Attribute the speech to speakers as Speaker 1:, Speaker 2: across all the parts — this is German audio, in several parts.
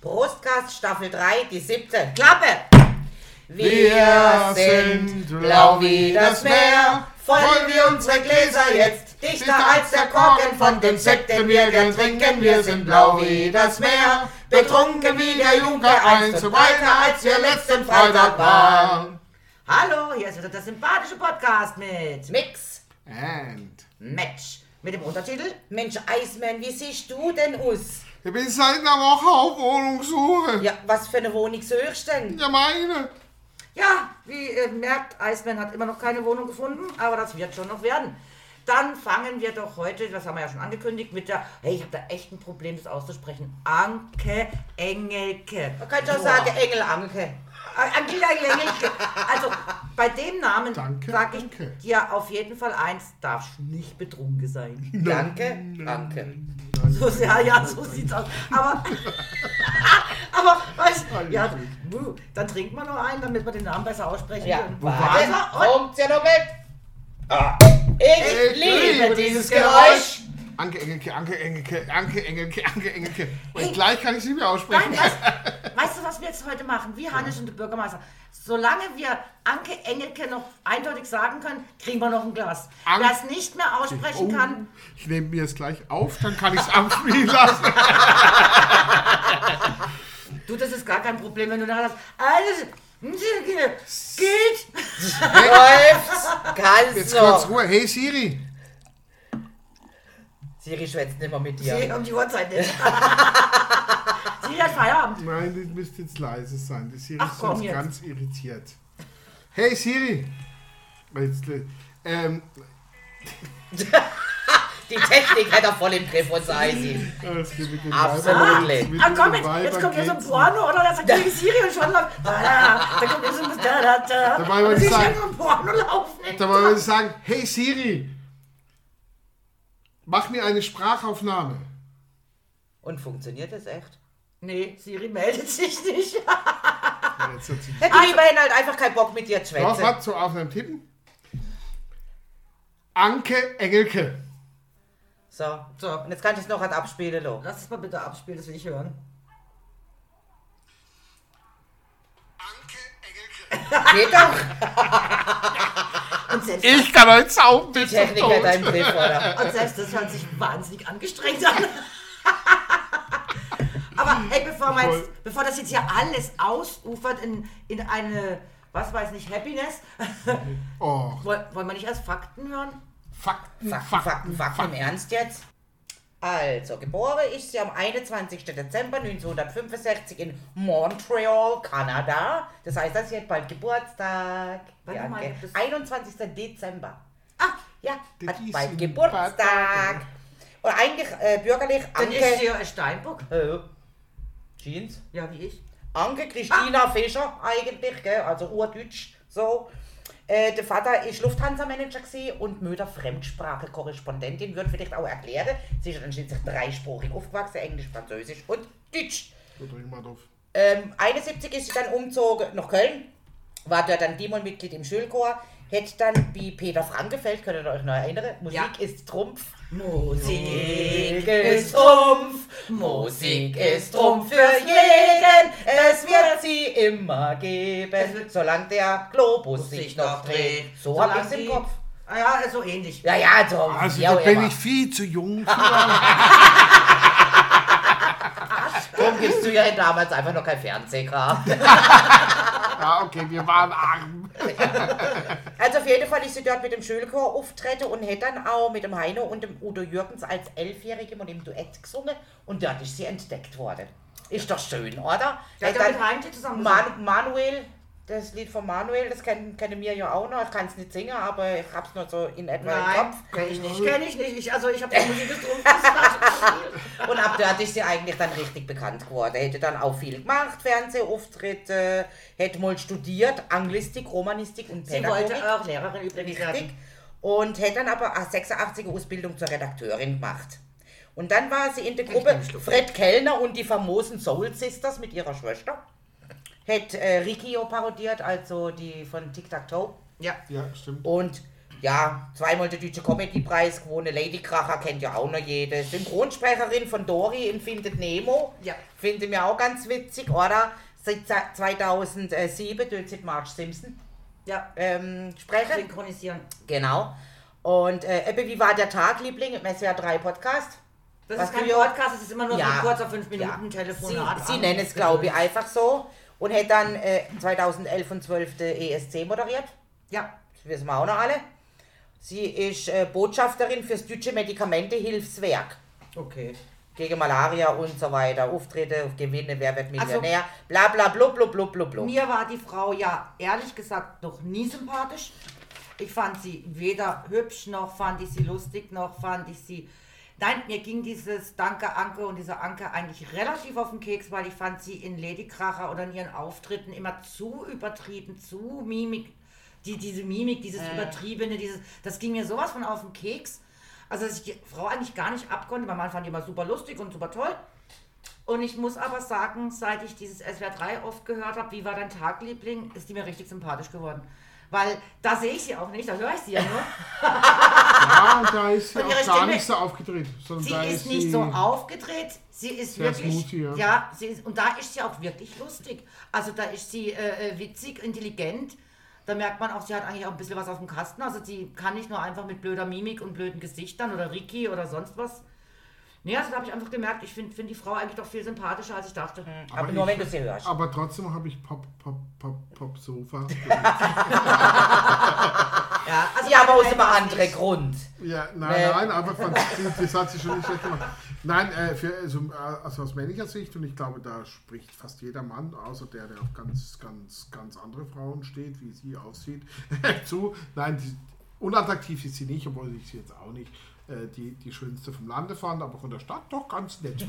Speaker 1: Brustkast Staffel 3, die siebte Klappe.
Speaker 2: Wir sind blau wie das Meer,
Speaker 1: vollen wir unsere Gläser jetzt, dichter als der Korken von den Sekten wir gern trinken. Wir sind blau wie das Meer, betrunken wie der Junker, eins zu weiter als wir letzten Freitag waren.
Speaker 3: Hallo, hier ist wieder der sympathische Podcast mit
Speaker 1: Mix,
Speaker 2: And.
Speaker 3: Match. Mit dem Untertitel
Speaker 1: Mensch Eismann, wie siehst du denn aus?
Speaker 2: Ich bin seit einer Woche auf Wohnungssuche.
Speaker 1: Ja, was für eine Wohnung suchst denn?
Speaker 2: Ja, meine.
Speaker 3: Ja, wie ihr merkt, Iceman hat immer noch keine Wohnung gefunden, aber das wird schon noch werden. Dann fangen wir doch heute, das haben wir ja schon angekündigt, mit der, hey, ich habe da echt ein Problem, das auszusprechen. Anke Engelke.
Speaker 1: Man könnte auch
Speaker 3: Boah.
Speaker 1: sagen Engelanke.
Speaker 3: Äh, Anke Engelke. Also, bei dem Namen
Speaker 2: Danke,
Speaker 3: sage ich
Speaker 2: danke.
Speaker 3: dir auf jeden Fall eins, darfst nicht betrunken sein.
Speaker 1: Danke, danke.
Speaker 3: So, ja, ja, so sieht's aus. Aber, aber, weißt du, ja, buh, dann trinkt man noch einen, damit man den Namen besser aussprechen
Speaker 1: Ja,
Speaker 3: kann.
Speaker 1: warte,
Speaker 3: Warte, und-
Speaker 1: kommt's ja noch mit. Ah. Ich,
Speaker 2: Ich
Speaker 1: liebe
Speaker 2: liebe
Speaker 1: dieses
Speaker 2: dieses
Speaker 1: Geräusch.
Speaker 2: Äh, Anke Engelke, Anke Engelke, Anke Engelke, Anke Engelke. Und gleich kann ich sie mir
Speaker 3: Nein,
Speaker 2: aussprechen.
Speaker 3: erst, weißt du, was wir jetzt heute machen? Wie Hannes und der Bürgermeister. Solange wir Anke Engelke noch eindeutig sagen können, kriegen wir noch ein Glas.
Speaker 2: An-
Speaker 3: Wer es nicht mehr aussprechen
Speaker 2: Oh,
Speaker 3: kann,
Speaker 2: ich nehme mir es gleich auf, dann kann ich es abspielen lassen.
Speaker 3: du, das ist gar kein Problem, wenn du nachher sagst, alles hm, geht.
Speaker 1: Läuft's. Kannst
Speaker 2: Jetzt
Speaker 1: du.
Speaker 2: kurz Ruhe. Hey Siri.
Speaker 1: Siri schwätzt nicht mehr mit dir.
Speaker 3: Sie um die Uhrzeit nicht. Sie hat Feierabend.
Speaker 2: Nein, du müsst jetzt leise sein. Die Siri
Speaker 3: Ach,
Speaker 2: ist
Speaker 3: komm
Speaker 2: sonst
Speaker 3: jetzt.
Speaker 2: ganz irritiert. Hey Siri. Jetzt, ähm,
Speaker 1: Die Technik hat er voll im Griff, unser Eisi.
Speaker 2: das geht mit den
Speaker 1: Absolut.
Speaker 2: Weibern jetzt, mit
Speaker 3: Ah
Speaker 2: den
Speaker 3: komm, jetzt,
Speaker 2: Weibern
Speaker 3: jetzt kommt hier so ein
Speaker 2: geht's
Speaker 3: Porno, oder? Da sagt die Siri und schon läuft. Da, da, da kommt hier so ein da, da, da.
Speaker 2: Dabei wollte
Speaker 3: und
Speaker 2: ich
Speaker 3: die
Speaker 2: sagen-
Speaker 3: Siri und Porno laufen.
Speaker 2: Da wollen wir sagen, hey Siri, mach mir eine Sprachaufnahme.
Speaker 1: Und funktioniert das echt?
Speaker 3: Nee, Siri meldet sich nicht. Ah.
Speaker 2: Jetzt hat sie
Speaker 1: Hätte also, immerhin halt einfach keinen Bock mit dir zu
Speaker 2: Doch,
Speaker 1: schwätzen.
Speaker 2: was zur Aufnahme tippen? Anke Engelke.
Speaker 1: So. so, und jetzt kann ich es noch halt abspielen, lo.
Speaker 3: Lass es mal bitte abspielen, das will ich hören.
Speaker 2: Anke Engelke.
Speaker 1: Geht doch.
Speaker 3: Und selbst,
Speaker 2: Ich kann euch saugen, bis zum
Speaker 1: Technik hat er im
Speaker 2: Tod.
Speaker 1: Griff, oder?
Speaker 3: und selbst das hört sich wahnsinnig angestrengt an. Aber hey, bevor, man
Speaker 2: Voll.
Speaker 3: jetzt, bevor das jetzt hier alles ausufert in, in eine, was weiß nicht, Happiness,
Speaker 2: Oh,
Speaker 3: woll- wollen wir nicht erst Fakten hören?
Speaker 2: Fakten,
Speaker 1: Fakten, Fakten, Fakten, im Ernst jetzt? Also, geboren ist sie am 21. Dezember 1965 in Montreal, Kanada. Das heißt, dass sie hat bald Geburtstag.
Speaker 3: Warte
Speaker 1: Ja,
Speaker 3: mal,
Speaker 1: gell?
Speaker 3: das-
Speaker 1: 21. Dezember.
Speaker 3: Ah,
Speaker 1: Ja,
Speaker 2: Das
Speaker 1: hat
Speaker 2: ist
Speaker 1: bald
Speaker 2: ein
Speaker 1: Geburtstag.
Speaker 2: Badtag.
Speaker 1: Und eigentlich äh, bürgerlich
Speaker 3: dann ist
Speaker 1: Anke...
Speaker 3: hier ein Steinbock.
Speaker 1: Äh, Jeans?
Speaker 3: Ja, wie ich.
Speaker 1: Anke Christina Fischer eigentlich, gell? also urdeutsch so. Äh, der Vater ist Lufthansa-Manager gewesen und Mütter Fremdsprache-Korrespondentin, wird vielleicht auch erklären. Sie ist dann schließlich dreisprachig aufgewachsen, Englisch, Französisch und Deutsch.
Speaker 2: So, drück mal drauf.
Speaker 1: Ähm, 71 ist sie dann umgezogen nach Köln, war dort dann Demon-Mitglied im Schulchor, hätte dann wie Peter Frankefeld, könnt ihr euch noch erinnern, Musik
Speaker 3: Ja.
Speaker 1: ist Trumpf.
Speaker 3: Musik
Speaker 1: Trumpf,
Speaker 3: Musik ist Trumpf für jeden.
Speaker 1: es wird sie immer geben, solange der Globus sich noch dreht. So hab ich's im Kopf.
Speaker 3: Ah ja, so ähnlich.
Speaker 1: Ja, ja, also,
Speaker 2: Also,
Speaker 1: wie
Speaker 2: da
Speaker 1: auch
Speaker 2: bin
Speaker 1: immer.
Speaker 2: ich viel zu jung.
Speaker 1: Warum gibst du ja damals einfach noch kein Fernseher gehabt?
Speaker 2: ja, okay, wir waren arm.
Speaker 1: Also auf jeden Fall ist sie dort mit dem Schulchor auftreten und hat dann auch mit dem Heino und dem Udo Jürgens als Elfjährigem und im Duett gesungen und dort ist sie entdeckt worden. Ist doch schön, oder?
Speaker 3: Der hat
Speaker 1: Hat
Speaker 3: ja
Speaker 1: dann
Speaker 3: mit Heinti zusammen
Speaker 1: Man Manuel, das Lied von Manuel, das kennen kennen wir ja auch noch. Ich kann es nicht singen, aber ich hab's nur so in etwa im
Speaker 3: Nein,
Speaker 1: Kopf.
Speaker 3: kenn ich nicht. Kenn ich nicht. Ich, also ich habe die Musik getrunken. das war's.
Speaker 1: Und ab dort ist sie eigentlich dann richtig bekannt geworden. Hätte dann auch viel gemacht, Fernsehauftritte, hätte mal studiert, Anglistik, Romanistik und
Speaker 3: Sie
Speaker 1: Pädagogik.
Speaker 3: wollte auch Lehrerin übrigens
Speaker 1: Richtig.
Speaker 3: werden.
Speaker 1: Und hätte dann aber 86 Ausbildung zur Redakteurin gemacht. Und dann war sie in der Gruppe Fred Kellner und die famosen Soul Sisters mit ihrer Schwester. Hätte äh, Rikio parodiert, also die von Tic Tac Toe.
Speaker 3: Ja.
Speaker 2: Ja, stimmt.
Speaker 1: Und Ja, zweimal der Deutsche Comedy-Preis gewonnen. Lady Kracher kennt ja auch noch jede. Synchronsprecherin von Dory in Findet Nemo.
Speaker 3: Ja.
Speaker 1: Finde mir auch ganz witzig, oder? Seit ze- 2007 tut sie die Marge Simpson
Speaker 3: Ja,
Speaker 1: ähm, sprechen.
Speaker 3: synchronisieren.
Speaker 1: Genau. Und äh, Ebbe, wie war der Tag, Liebling? Im SWR 3 Podcast?
Speaker 3: Das
Speaker 1: Was
Speaker 3: ist kein
Speaker 1: du ja-
Speaker 3: Podcast, das ist immer nur so ein kurzer 5 Minuten Telefonat.
Speaker 1: Sie, sie nennen es, glaube ich, einfach so. Und hat dann äh, 2011 und 12 der ESC moderiert.
Speaker 3: Ja,
Speaker 1: Das wissen wir auch noch alle. Sie ist äh, Botschafterin fürs Deutsche Medikamentehilfswerk
Speaker 3: okay.
Speaker 1: gegen Malaria und so weiter. Auftritte, Gewinne, wer wird
Speaker 3: Also-
Speaker 1: Millionär, bla bla blub blub blub blub blub.
Speaker 3: Mir war die Frau ja ehrlich gesagt noch nie sympathisch. Ich fand sie weder hübsch, noch fand ich sie lustig, noch fand ich sie. Nein, mir ging dieses Danke Anke und dieser Anke eigentlich relativ auf den Keks, weil ich fand sie in Ladykracher oder in ihren Auftritten immer zu übertrieben, zu Mimik. Die, diese Mimik, dieses Übertriebene, dieses, das ging mir sowas von auf den Keks. Also, dass ich die Frau eigentlich gar nicht abkonnte. Mein Mann fand die immer super lustig und super toll. Und ich muss aber sagen, seit ich dieses SWR 3 oft gehört habe, wie war dein Tag, Liebling, ist die mir richtig sympathisch geworden. Weil da sehe ich sie auch nicht, da höre ich sie ja nur.
Speaker 2: Ja, und da ist sie
Speaker 3: Von ihrer
Speaker 2: auch gar
Speaker 3: Stimme-
Speaker 2: nicht so aufgedreht. Sondern
Speaker 3: Sie
Speaker 2: da
Speaker 3: ist nicht
Speaker 2: sie-
Speaker 3: so aufgedreht, sie ist
Speaker 2: Sehr
Speaker 3: wirklich,
Speaker 2: smoothie,
Speaker 3: ja,
Speaker 2: ja.
Speaker 3: sie ist, und da ist sie auch wirklich lustig. Also da ist sie äh, äh, witzig, intelligent. Da merkt man auch, sie hat eigentlich auch ein bisschen was auf dem Kasten. Also sie kann nicht nur einfach mit blöder Mimik und blöden Gesichtern oder Ricky oder sonst was. Nee, also da habe ich einfach gemerkt, ich finde find die Frau eigentlich doch viel sympathischer, als ich dachte.
Speaker 1: Aber, nur
Speaker 2: ich-
Speaker 1: wenn du sie hörst.
Speaker 2: Aber trotzdem habe ich Pop, Pop, Pop, Pop Sofa.
Speaker 3: Ja, also
Speaker 1: Ja, aber aus
Speaker 3: generell
Speaker 1: einem
Speaker 3: war's
Speaker 1: anderen
Speaker 3: nicht-
Speaker 1: Grund.
Speaker 2: Ja, nein,
Speaker 1: Nee.
Speaker 2: nein, einfach von, das hat sie schon nicht schlecht gemacht. Nein, äh, für, also, äh, also aus männlicher Sicht, und ich glaube, da spricht fast jeder Mann, außer der, der auf ganz, ganz, ganz andere Frauen steht, wie sie aussieht, zu. Nein, die, unattraktiv ist sie nicht, obwohl ich sie jetzt auch nicht äh, die, die schönste vom Lande fand, aber von der Stadt doch ganz nett.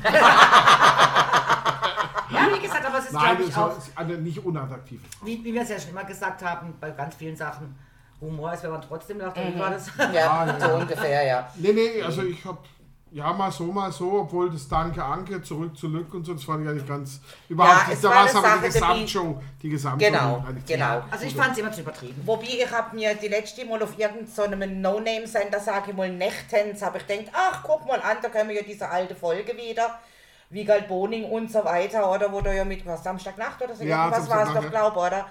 Speaker 3: Ja, wie gesagt, aber es ist,
Speaker 2: Nein,
Speaker 3: glaube
Speaker 2: das
Speaker 3: ich,
Speaker 1: also
Speaker 3: auch,
Speaker 2: ist eine nicht unattraktive Frau.
Speaker 3: wie, wie wir es ja schon immer gesagt haben, bei ganz vielen Sachen, Humor ist, wenn man trotzdem lacht, mhm. war das.
Speaker 1: Ja,
Speaker 2: Ah, ja.
Speaker 1: so ungefähr, ja.
Speaker 2: Nee, nee, also ich habe ja mal so, mal so, obwohl das Danke Anke zurück zu Lück und so, das fand ich eigentlich ganz überhaupt
Speaker 1: es
Speaker 2: nicht. Da
Speaker 1: war
Speaker 2: war es
Speaker 1: eine
Speaker 2: aber die
Speaker 1: Sache, die-
Speaker 2: Gesamtshow, die Gesamtshow.
Speaker 1: Genau,
Speaker 2: fand ich ziemlich-
Speaker 1: genau.
Speaker 3: Also ich fand es immer zu übertrieben.
Speaker 1: Wobei, ich habe mir die letzte Mal auf irgendeinem No-Name-Sender, sage ich mal, nächtens, habe ich gedacht, ach, guck mal an, da können wir ja diese alte Folge wieder, Wiegald Boning und so weiter, oder wo du ja mit, was, Samstagnacht oder so,
Speaker 2: Ja,
Speaker 1: irgendwas war es
Speaker 2: Samstagnacht,
Speaker 1: doch,
Speaker 2: ja.
Speaker 1: glaub, oder?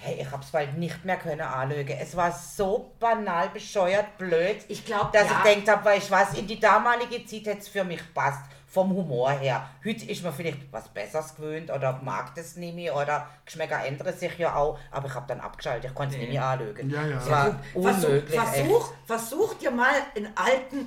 Speaker 1: Hey, ich hab's bald nicht mehr können anlügen. Es war so banal, bescheuert, blöd,
Speaker 3: Ich glaub,
Speaker 1: dass
Speaker 3: ja.
Speaker 1: ich gedacht habe, weißt du was, in die damalige Zeit hätte es für mich passt, vom Humor her. Heute ist man vielleicht was Besseres gewöhnt oder mag das nicht mehr oder Geschmäcker ändern sich ja auch, aber ich habe dann abgeschaltet, ich konnte es nicht mehr anlügen.
Speaker 2: Ja, ja.
Speaker 1: Es war unmöglich,
Speaker 3: Also Versuch, versuch, versuch dir mal in alten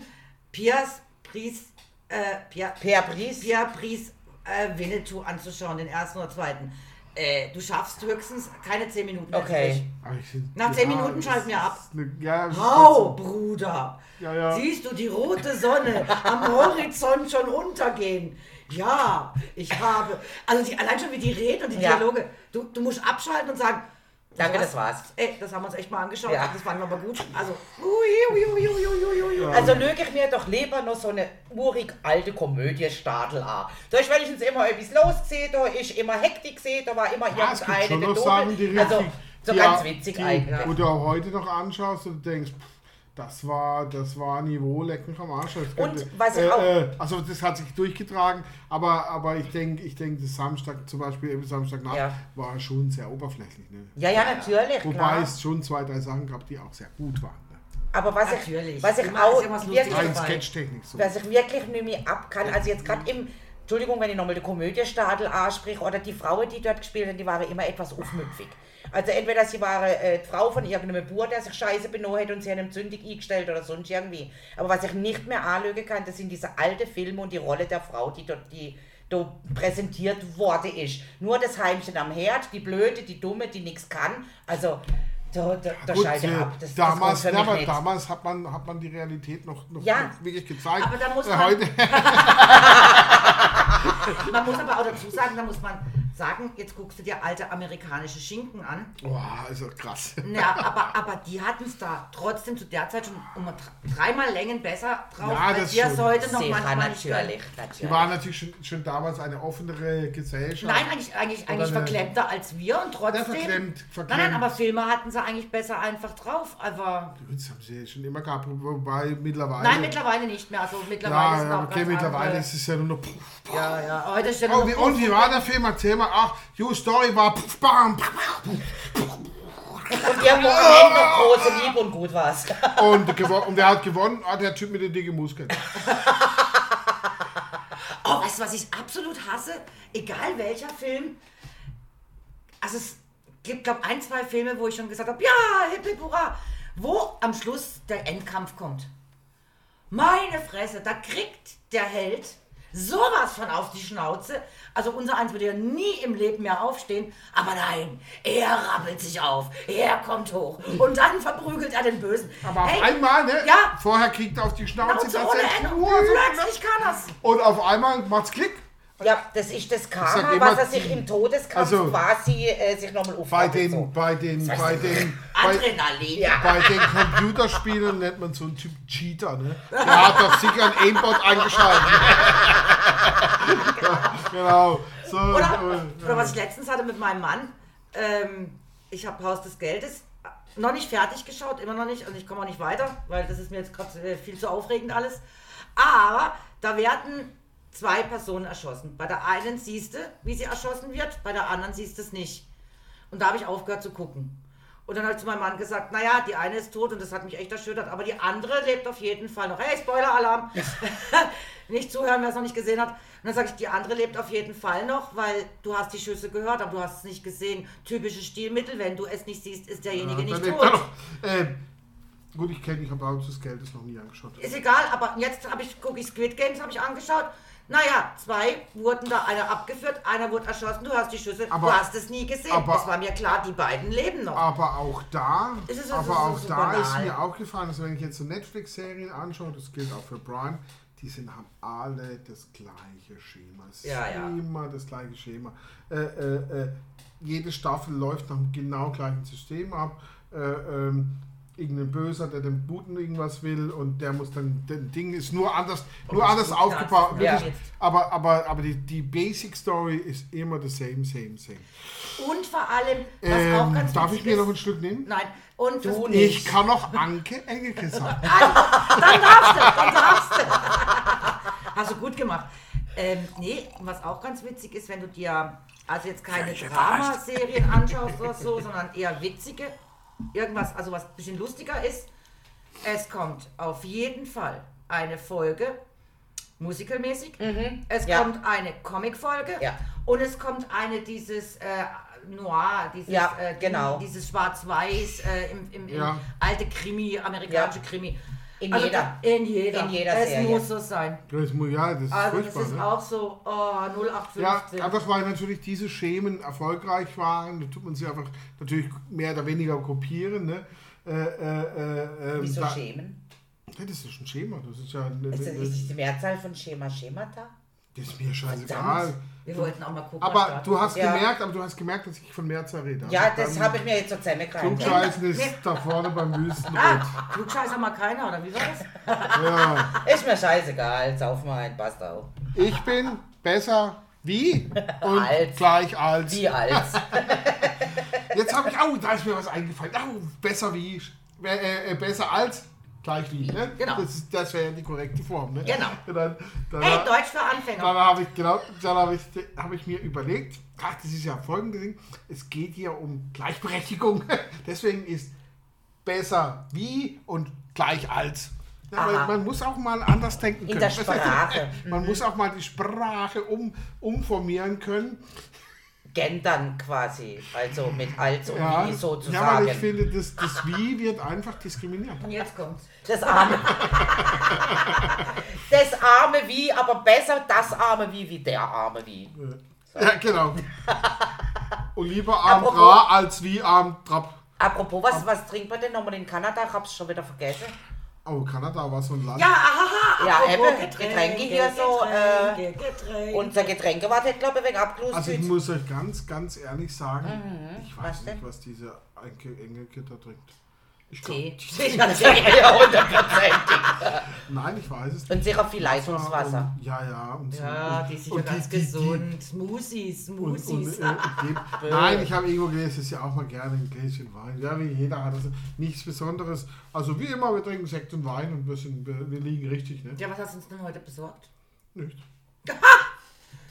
Speaker 3: Piers, Pries, äh, Pier,
Speaker 1: echt. Per Bries,
Speaker 3: Pierre Pries äh, Winnetou anzuschauen, den ersten oder zweiten. Äh, du schaffst höchstens keine 10 Minuten.
Speaker 1: Okay.
Speaker 2: Aber ich find-
Speaker 3: Nach zehn Minuten
Speaker 2: das
Speaker 3: schalten wir
Speaker 2: ist
Speaker 3: ab.
Speaker 2: Eine, ja, das ist
Speaker 3: Wow, Bruder!
Speaker 2: Ja, ja.
Speaker 3: Siehst du die rote Sonne am Horizont schon untergehen? Ja, ich habe. Also die, allein schon wie die reden und die
Speaker 1: Ja.
Speaker 3: Dialoge. Du, du musst abschalten und sagen.
Speaker 1: Danke,
Speaker 3: was?
Speaker 1: das war's.
Speaker 3: Ey, das haben wir uns echt mal angeschaut.
Speaker 1: Ja.
Speaker 3: Das fanden wir aber gut. Also, ui, ui, ui, ui, ui, ui, ui.
Speaker 1: Also lüge ich mir doch lieber noch so eine urig alte Komödie Stadel an. Da ist wenigstens immer etwas los gesehen, da ist immer Hektik gesehen, da war immer
Speaker 2: Ja, es gibt schon noch
Speaker 1: irgendeine der Dodel.
Speaker 2: Sachen, die richtig,
Speaker 1: Also so
Speaker 2: die
Speaker 1: ganz
Speaker 2: auch-
Speaker 1: witzig
Speaker 2: die,
Speaker 1: eigentlich. ne?
Speaker 2: Wo du auch heute noch anschaust und denkst, pff, das war, das war Niveau lecken vom Arsch. Das
Speaker 1: Und was ich
Speaker 2: äh,
Speaker 1: auch-
Speaker 2: äh, also das hat sich durchgetragen, aber, aber ich denke, ich denke, das Samstag zum Beispiel, eben Samstagnacht,
Speaker 1: Ja.
Speaker 2: war schon sehr oberflächlich. Ne?
Speaker 1: Ja, ja, natürlich,
Speaker 2: Wobei
Speaker 1: klar.
Speaker 2: es schon zwei, drei Sachen gab, die auch sehr gut waren. Ne?
Speaker 1: Aber was ich,
Speaker 3: Natürlich.
Speaker 1: was ich
Speaker 3: Immer ist
Speaker 1: auch
Speaker 3: irgendwas
Speaker 1: wirklich,
Speaker 3: Lustiges
Speaker 2: Rein
Speaker 3: dabei.
Speaker 2: Sketchtechnik. So.
Speaker 1: was ich wirklich nicht mehr ab kann, also jetzt gerade im, Entschuldigung, wenn ich nochmal die Komödiestadel ansprich oder die Frauen, die dort gespielt haben, die waren immer etwas aufmüpfig. Also entweder sie waren äh, die Frau von irgendeinem Bauer, der sich scheiße benommen hat und sie haben ihm zündig eingestellt oder sonst irgendwie. Aber was ich nicht mehr anlügen kann, das sind diese alte Filme und die Rolle der Frau, die dort die da präsentiert worden ist. Nur das Heimchen am Herd, die Blöde, die Dumme, die nichts kann. Also da, da, da
Speaker 2: Gut,
Speaker 1: schalte ich
Speaker 2: äh,
Speaker 1: ab. Das,
Speaker 2: damals, ja,
Speaker 1: das kommt für mich
Speaker 2: aber
Speaker 1: nicht.
Speaker 2: damals hat man, hat man die Realität noch, noch
Speaker 1: Ja.
Speaker 2: noch wirklich gezeigt.
Speaker 3: Aber da muss
Speaker 2: Äh,
Speaker 3: man-
Speaker 2: heute,
Speaker 3: Man muss aber auch dazu sagen, da muss man sa- sagen, jetzt guckst du dir alte amerikanische Schinken an.
Speaker 2: Boah, ist doch krass.
Speaker 3: Na, aber, aber die hatten es da trotzdem zu der Zeit schon um dr- dreimal Längen besser drauf,
Speaker 2: Ja, das
Speaker 3: als wir es
Speaker 2: schon.
Speaker 3: heute noch
Speaker 1: Sicher,
Speaker 3: manchmal nicht können.
Speaker 1: natürlich,
Speaker 2: Die
Speaker 1: natürlich.
Speaker 2: waren natürlich schon, schon damals eine offenere Gesellschaft.
Speaker 3: Nein, eigentlich, eigentlich,
Speaker 2: Oder
Speaker 3: eigentlich
Speaker 2: eine-
Speaker 3: verklemmter als wir und trotzdem.
Speaker 2: verklemmt,
Speaker 3: Nein,
Speaker 2: verklemmt.
Speaker 3: nein, aber Filme hatten sie eigentlich besser einfach drauf. Aber
Speaker 2: Das haben sie ja schon immer gehabt, wobei mittlerweile.
Speaker 3: nein, mittlerweile nicht mehr. Also mittlerweile
Speaker 2: Ja,
Speaker 3: sind
Speaker 2: ja
Speaker 3: auch
Speaker 2: okay,
Speaker 3: ganz
Speaker 2: mittlerweile
Speaker 3: andere-
Speaker 2: ist es ja nur noch. Puff, puff.
Speaker 3: Ja, ja. Heute ist ja
Speaker 2: Oh,
Speaker 3: nur
Speaker 2: wie,
Speaker 3: noch-
Speaker 2: und wie war der Film? Erzähl mal. Ach, Your Story war. Puff, bam, puff, puff, puff.
Speaker 1: Und irgendwo am Ende noch große Liebe und gut war's.
Speaker 2: Und, gewo- und wer hat gewonnen? Ah, der Typ mit den dicken Muskeln.
Speaker 3: Oh, weißt du, was ich absolut hasse? Egal welcher Film. Also es gibt, glaube ein, zwei Filme, wo ich schon gesagt habe, ja, hip, hip, hurra. Wo am Schluss der Endkampf kommt. Meine Fresse, da kriegt der Held sowas von auf die Schnauze. Also unser Eins würde ja nie im Leben mehr aufstehen. Aber nein, er rappelt sich auf. Er kommt hoch. Und dann verprügelt er den Bösen.
Speaker 2: Aber auf
Speaker 3: Hey,
Speaker 2: einmal, ne?
Speaker 3: Ja.
Speaker 2: Vorher kriegt er auf die Schnauze
Speaker 3: Schnauze ohne Ende.
Speaker 2: Uhr, so-
Speaker 3: Plötzlich kann er's.
Speaker 2: Und auf einmal macht's Klick.
Speaker 1: Ja, das ist das
Speaker 2: Ich sag
Speaker 1: Karma,
Speaker 2: immer,
Speaker 1: was er sich im Todeskampf
Speaker 2: also,
Speaker 1: quasi äh, sich nochmal aufbaut.
Speaker 2: Bei
Speaker 1: und
Speaker 2: den,
Speaker 1: so.
Speaker 2: bei den, bei den, bei,
Speaker 3: Adrenalin.
Speaker 2: bei den Computerspielen nennt man so einen Typ Cheater, ne? Der hat doch sicher einen Aimbot eingeschaltet. genau. So,
Speaker 3: Oder,
Speaker 2: äh,
Speaker 3: oder was ich letztens hatte mit meinem Mann, ähm, ich habe Haus des Geldes noch nicht fertig geschaut, immer noch nicht, und ich komme auch nicht weiter, weil das ist mir jetzt gerade äh, viel zu aufregend alles. Aber da werden zwei Personen erschossen. Bei der einen siehst du, wie sie erschossen wird, bei der anderen siehst du es nicht. Und da habe ich aufgehört zu gucken. Und dann habe ich zu meinem Mann gesagt, naja, die eine ist tot und das hat mich echt erschüttert, aber die andere lebt auf jeden Fall noch. Hey, Spoiler-Alarm! nicht zuhören, wer es noch nicht gesehen hat. Und dann sage ich, die andere lebt auf jeden Fall noch, weil du hast die Schüsse gehört, aber du hast es nicht gesehen. Typische Stilmittel, wenn du es nicht siehst, ist derjenige
Speaker 2: dann
Speaker 3: nicht
Speaker 2: lebt er
Speaker 3: tot.
Speaker 2: noch. Ähm, gut, ich kenne, ich habe auch das Geld ist noch nie angeschaut.
Speaker 3: Ist egal, aber jetzt habe ich, gucke ich Squid Games, habe ich angeschaut. Naja, zwei wurden da, einer abgeführt, einer wurde erschossen, du hast die Schüsse,
Speaker 2: Aber-
Speaker 3: du hast es nie gesehen.
Speaker 2: aber-
Speaker 3: das war mir klar, die beiden leben noch.
Speaker 2: Aber auch da,
Speaker 3: Es ist- es ist
Speaker 2: aber auch
Speaker 3: so
Speaker 2: da ist
Speaker 3: banal.
Speaker 2: mir aufgefallen, dass wenn ich jetzt so Netflix-Serien anschaue, das gilt auch für Prime, die sind, haben alle das gleiche Schema. Es ist
Speaker 3: Ja, ja.
Speaker 2: Immer das gleiche Schema. Äh, äh, äh, jede Staffel läuft nach dem genau gleichen System ab. Äh, ähm, Irgendein Böser, der dem Guten irgendwas will und der muss dann, den Ding ist nur anders,
Speaker 3: Oh,
Speaker 2: nur anders
Speaker 3: gut, ja,
Speaker 2: aufgebaut.
Speaker 3: ja.
Speaker 2: Wirklich, Aber, aber, aber die, die Basic Story ist immer the same, same, same.
Speaker 3: Und vor allem, was auch
Speaker 2: Ähm,
Speaker 3: ganz
Speaker 2: darf ich
Speaker 3: witzig
Speaker 2: mir
Speaker 3: ist,
Speaker 2: noch ein Stück nehmen?
Speaker 3: Nein, und was,
Speaker 2: Ich kann auch Anke Engelke sagen.
Speaker 3: Dann darfst du, dann darfst du. Hast du gut gemacht. Ähm, nee, was auch ganz witzig ist, wenn du dir also jetzt keine Dramaserien anschaust oder so, sondern eher witzige, irgendwas, also was ein bisschen lustiger ist. Es kommt auf jeden Fall eine Folge, musicalmäßig. Es
Speaker 1: Mhm. ja.
Speaker 3: kommt eine Comic-Folge
Speaker 1: Ja.
Speaker 3: und es kommt eine dieses äh, Noir, dieses,
Speaker 1: Ja,
Speaker 3: äh, Ding,
Speaker 1: genau.
Speaker 3: dieses Schwarz-Weiß, äh, im, im, im
Speaker 2: Ja.
Speaker 3: alte Krimi, amerikanische
Speaker 1: Ja.
Speaker 3: Krimi.
Speaker 1: In
Speaker 3: Also
Speaker 1: jeder.
Speaker 3: da- in jeder.
Speaker 1: In jeder
Speaker 3: es
Speaker 1: Serie.
Speaker 3: muss so sein.
Speaker 2: Das muss, ja, das ist
Speaker 1: Ah,
Speaker 3: Also
Speaker 2: furchtbar.
Speaker 3: das ist
Speaker 2: ne?
Speaker 3: auch so oh, 0815.
Speaker 2: ja, einfach weil natürlich diese Schemen erfolgreich waren, da tut man sie einfach natürlich mehr oder weniger kopieren. Ne? Äh, äh, äh, ähm,
Speaker 1: Wieso
Speaker 2: da,
Speaker 1: schämen?
Speaker 2: Ja, das ist ein Schema, das ist ja.
Speaker 1: Ist das
Speaker 2: das,
Speaker 1: nicht die Mehrzahl von Schema Schemata?
Speaker 2: Also das ist mir scheißegal.
Speaker 3: Wir wollten auch mal gucken. was
Speaker 2: Aber
Speaker 3: da-
Speaker 2: du hast
Speaker 1: Ja.
Speaker 2: gemerkt, aber du hast gemerkt, dass ich von Mehrzahl rede. Also
Speaker 1: Ja, das habe ich
Speaker 2: ich.
Speaker 1: mir jetzt so zusammengekriegt.
Speaker 2: Klugscheißen ist da vorne beim Wüstenrot.
Speaker 3: Ah, Klugscheißer mal keiner, oder wie war das?
Speaker 2: Ja.
Speaker 1: Ist mir scheißegal, sauf mal ein, passt auch.
Speaker 2: Ich bin besser wie und
Speaker 1: Als.
Speaker 2: gleich als.
Speaker 1: Wie als.
Speaker 2: Jetzt habe ich, au, da ist mir was eingefallen. Au, besser wie, äh, äh, besser als, gleich wie. Ne?
Speaker 3: Genau.
Speaker 2: Das, ist- das wäre ja die korrekte Form. Ne?
Speaker 3: Genau.
Speaker 2: Und dann dann,
Speaker 3: Hey, Deutsch für Anfänger.
Speaker 2: dann habe ich, genau, dann habe ich, hab ich mir überlegt, ach, das ist ja folgendes Ding, es geht hier um Gleichberechtigung. Deswegen ist besser wie und gleich als. Ja, weil
Speaker 1: Aha.
Speaker 2: man muss auch mal anders denken
Speaker 1: In
Speaker 2: können.
Speaker 1: der Sprache. Mhm.
Speaker 2: Man muss auch mal die Sprache um, umformieren können.
Speaker 1: Gendern quasi. Also mit als und
Speaker 2: Ja,
Speaker 1: wie
Speaker 2: ja
Speaker 1: sozusagen.
Speaker 2: weil ich finde, das, das Wie wird einfach diskriminiert.
Speaker 3: Und jetzt kommt's.
Speaker 1: das arme. das arme Wie, aber besser das arme Wie wie der arme Wie.
Speaker 2: Ja, genau. Und lieber arm
Speaker 1: Apropos-
Speaker 2: Ra als wie arm Trab.
Speaker 1: Apropos, was, was trinkt man denn nochmal in Kanada? Ich hab's schon wieder vergessen.
Speaker 2: Oh, Oh, Kanada war so ein Land.
Speaker 3: Ja, aha,
Speaker 1: Ja,
Speaker 3: Ah, apropos
Speaker 1: eben, Getränke hier so, äh,
Speaker 3: Getränke, Getränke.
Speaker 1: Unser Getränke war das, glaube ich, wegen abgelöst.
Speaker 2: Also ich muss euch ganz, ganz ehrlich sagen, ich weiß
Speaker 1: Was
Speaker 2: nicht,
Speaker 1: denn?
Speaker 2: was diese Enke- Engelke da trinkt. Ich glaub-
Speaker 3: Tee.
Speaker 1: ja, hundertprozentig.
Speaker 2: Nein, ich weiß es nicht.
Speaker 1: Und sicher viel Leitungswasser.
Speaker 2: Und, ja, ja. Und so.
Speaker 3: Ja,
Speaker 2: und,
Speaker 3: die sind ja
Speaker 2: und
Speaker 3: ganz
Speaker 2: die- die-
Speaker 3: gesund. Smoothies,
Speaker 2: die- Und, und,
Speaker 3: Smoothies.
Speaker 2: äh, und geben- Nein, ich habe irgendwo gelesen, es ist ja auch mal gerne ein Gläschen Wein. Ja, wie jeder hat. Also nichts Besonderes. Also wie immer, wir trinken Sekt und Wein und wir, sind, wir, wir liegen richtig, ne?
Speaker 3: Ja, was hast du uns denn heute besorgt?
Speaker 2: Nicht.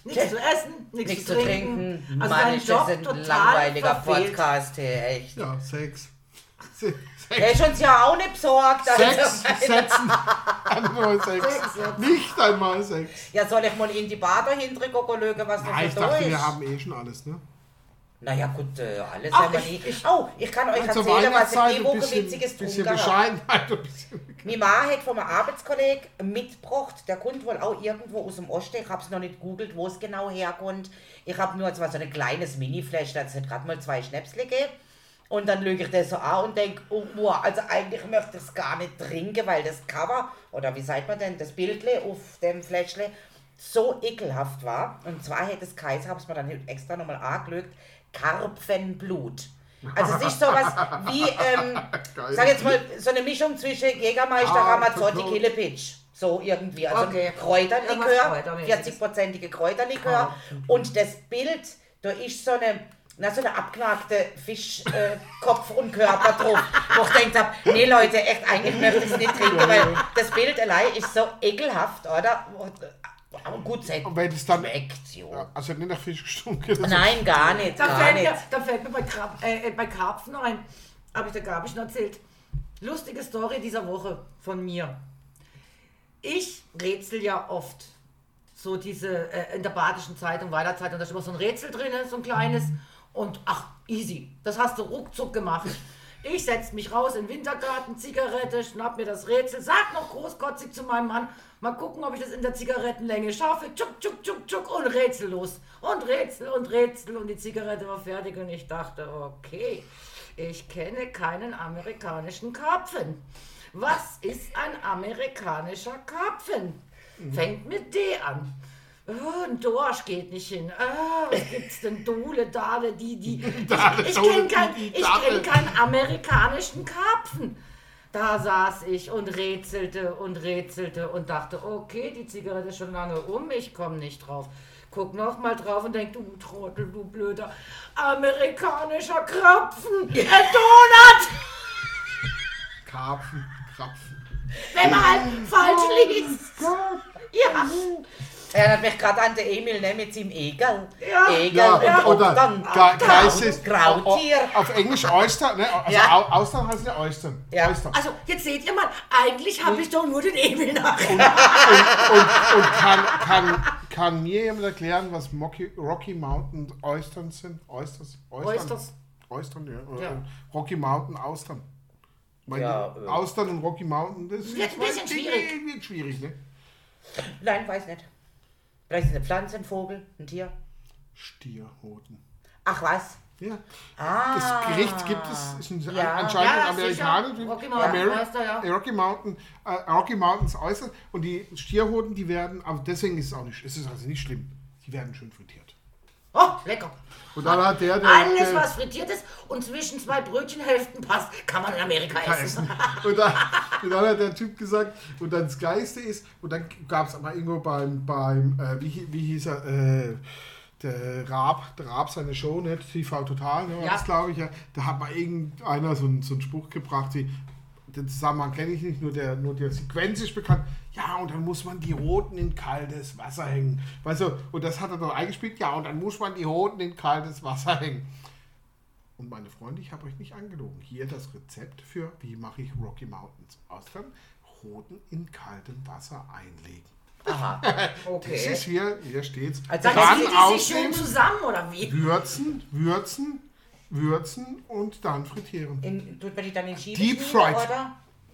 Speaker 3: Nichts zu essen, nichts,
Speaker 1: Nichts zu trinken.
Speaker 3: Also
Speaker 1: Mann,
Speaker 3: dein
Speaker 1: ist
Speaker 3: Job
Speaker 1: das ein
Speaker 3: total
Speaker 1: langweiliger
Speaker 3: verfehlt.
Speaker 1: Podcast, hey, echt.
Speaker 2: Ja, Sex. Se- Sex.
Speaker 1: Der ist uns ja auch nicht besorgt.
Speaker 2: Sex
Speaker 1: Also,
Speaker 2: setzen. Einmal Sex.
Speaker 3: Sex setzen.
Speaker 2: Nicht einmal Sex.
Speaker 1: ja, soll ich mal in die Bar dahinter gucken, schauen, was
Speaker 2: Ah, ich
Speaker 1: noch so da
Speaker 2: dachte,
Speaker 1: ist?
Speaker 2: wir haben eh schon alles, ne?
Speaker 1: Naja, gut, äh, alles
Speaker 3: Ach,
Speaker 1: haben wir
Speaker 3: ich-
Speaker 1: nie. Oh, ich kann euch
Speaker 2: Zur
Speaker 1: erzählen, was ich
Speaker 2: Weihnachtszeit
Speaker 1: die
Speaker 2: ein
Speaker 1: Woche
Speaker 2: bisschen,
Speaker 1: witziges
Speaker 2: bisschen
Speaker 1: getrunken habe.
Speaker 2: Bescheidenheit. Ein bisschen.
Speaker 1: Meine Mama hat vom Arbeitskollegen mitgebracht, der kommt wohl auch irgendwo aus dem Osten. Ich habe es noch nicht googelt, wo es genau herkommt. Ich habe nur zwar so ein kleines Mini-Flash, da sind gerade mal zwei Schnäpsle gegeben. Und dann lüge ich das so an und denke, oh, wow, also eigentlich möchte ich es gar nicht trinken, weil das Cover, oder wie sagt man denn, das Bildle auf dem Fläschle so ekelhaft war. Und zwar hätte es Kaiser, habe es mir dann halt extra nochmal angelegt, Karpfenblut. Also es ist sowas wie, ähm,
Speaker 2: Geil.
Speaker 1: sag jetzt mal, so eine Mischung zwischen Jägermeister,
Speaker 2: Ah,
Speaker 1: Ramazzotti,
Speaker 2: total.
Speaker 1: Killepitch. So irgendwie. Also
Speaker 3: Okay.
Speaker 1: ein Kräuterlikör,
Speaker 3: Irgendwas Mhm.
Speaker 1: 40-prozentige
Speaker 2: Ah,
Speaker 1: Kräuterlikör. Und das Bild, da ist so eine, na, so eine abgenagte Fischkopf äh, Kopf und Körper drauf. Wo ich denkt hab, nee Leute, echt, eigentlich möchte ich es nicht trinken, weil das Bild allein ist so ekelhaft, oder? Aber gut, es
Speaker 2: Und wenn es dann.
Speaker 1: schmeckt, jo.
Speaker 2: Ja, Also nicht nach Fisch gestunken. Also
Speaker 1: Nein, gar nicht,
Speaker 3: Da
Speaker 1: gar
Speaker 3: fällt,
Speaker 1: nicht.
Speaker 3: mir, da fällt mir bei, Krab, äh, äh, bei Karpfen noch ein, habe ich der Gabi schon erzählt. Lustige Story dieser Woche von mir. Ich rätsel ja oft. So diese äh, in der Badischen Zeitung, Weilerzeitung, da ist immer so ein Rätsel drin, so ein kleines. Und ach, easy. Das hast du ruckzuck gemacht. Ich setz mich raus in den Wintergarten, Zigarette, schnapp mir das Rätsel, sag noch großkotzig zu meinem Mann, mal gucken, ob ich das in der Zigarettenlänge schaffe. Tschuk, tschuk, tschuk, tschuk und Rätsel los. Und Rätsel und Rätsel und die Zigarette war fertig und ich dachte, okay, ich kenne keinen amerikanischen Karpfen. Was ist ein amerikanischer Karpfen? Fängt mit D an. Oh, ein Dorsch geht nicht hin. Ah, was gibt's denn? Dole, Dale, die, die.
Speaker 2: Dale,
Speaker 3: Ich, ich
Speaker 2: Dole,
Speaker 3: kenne kein,
Speaker 2: die, die,
Speaker 3: ich
Speaker 2: Dale.
Speaker 3: kenn keinen amerikanischen Karpfen. Da saß ich und rätselte und rätselte und dachte, okay, die Zigarette ist schon lange um, ich komme nicht drauf. Guck nochmal drauf und denk, du Trottel, du blöder amerikanischer Krapfen, ein Donut,
Speaker 2: Karpfen, Krapfen.
Speaker 3: wenn man halt falsch liest. Ja,
Speaker 1: Erinnert mich gerade an den Emil ne, mit seinem Egel.
Speaker 3: Ja.
Speaker 1: Egel
Speaker 2: Ja, und,
Speaker 1: und
Speaker 2: oder Oh,
Speaker 1: Obgang.
Speaker 2: Ga- Geist ist.
Speaker 1: Krautier.
Speaker 2: Auf Englisch Oyster, ne? Also
Speaker 1: Ja.
Speaker 2: Au- Austern heißt ja Oystern.
Speaker 1: Ja.
Speaker 2: Oyster.
Speaker 3: also jetzt seht ihr mal, eigentlich
Speaker 2: Hm.
Speaker 3: habe ich doch nur den Emil nachher.
Speaker 2: Und, und kann, kann, kann mir jemand erklären, was Mocky, Rocky Mountain Oystern sind? Oysters? Oystern?
Speaker 3: Oysters.
Speaker 2: Oystern, ja. Oder
Speaker 3: Ja.
Speaker 2: Rocky Mountain Austern. Meine,
Speaker 1: Ja, äh.
Speaker 2: Austern und Rocky Mountain, das
Speaker 3: Wird ein bisschen
Speaker 2: die- die-
Speaker 3: schwierig.
Speaker 2: Wird schwierig, ne?
Speaker 1: Nein, weiß nicht. Vielleicht ist es eine Pflanze, ein Vogel, ein Tier.
Speaker 2: Stierhoden.
Speaker 1: Ach was.
Speaker 2: Ja. Das Gericht gibt es, ist ein,
Speaker 1: Ja.
Speaker 2: anscheinend
Speaker 3: Ah. Ja,
Speaker 2: ein Amerikaner.
Speaker 3: sicher. Rocky Mountain
Speaker 2: Ameri-
Speaker 3: Oyster, ja.
Speaker 2: äh, Rocky, Mountain, äh, Rocky Mountains äußerst. Und die Stierhoden, die werden, aber deswegen ist es auch nicht, es ist also nicht schlimm. Die werden schön frittiert.
Speaker 3: Oh, lecker.
Speaker 2: Und dann hat der, der
Speaker 3: Alles,
Speaker 2: der,
Speaker 3: was frittiert ist und zwischen zwei Brötchenhälften passt, kann man in Amerika
Speaker 2: Amerika
Speaker 3: essen.
Speaker 2: essen. Und dann, und dann hat der Typ gesagt, und dann das Geiste ist, und dann gab es aber irgendwo beim, beim äh, wie, hi- wie hieß er, äh, der Raab, der Raab seine Show, ne, TV Total, ne, war
Speaker 3: Ja.
Speaker 2: das glaube ich, ja, da hat mal irgendeiner so, einen- so einen Spruch gebracht, wie, den Zusammenhang kenne ich nicht, nur der, nur der Sequenz ist bekannt. Ja, und dann muss man die Roten in kaltes Wasser hängen. Weißt du, und das hat er dann eingespielt, ja, und dann muss man die Roten in kaltes Wasser hängen. Und meine Freunde, ich habe euch nicht angelogen. Hier das Rezept für, wie mache ich Rocky Mountains Austern? Roten in kaltem Wasser einlegen.
Speaker 1: Aha.
Speaker 2: Das ist hier, hier steht's.
Speaker 1: Also
Speaker 3: Dann
Speaker 1: Dann
Speaker 3: ziehen die sich schön zusammen, oder wie?
Speaker 2: würzen, würzen, würzen und dann frittieren.
Speaker 1: In, tut man die dann in Schieben
Speaker 2: Deep
Speaker 1: schmieden,
Speaker 2: fried.
Speaker 1: oder?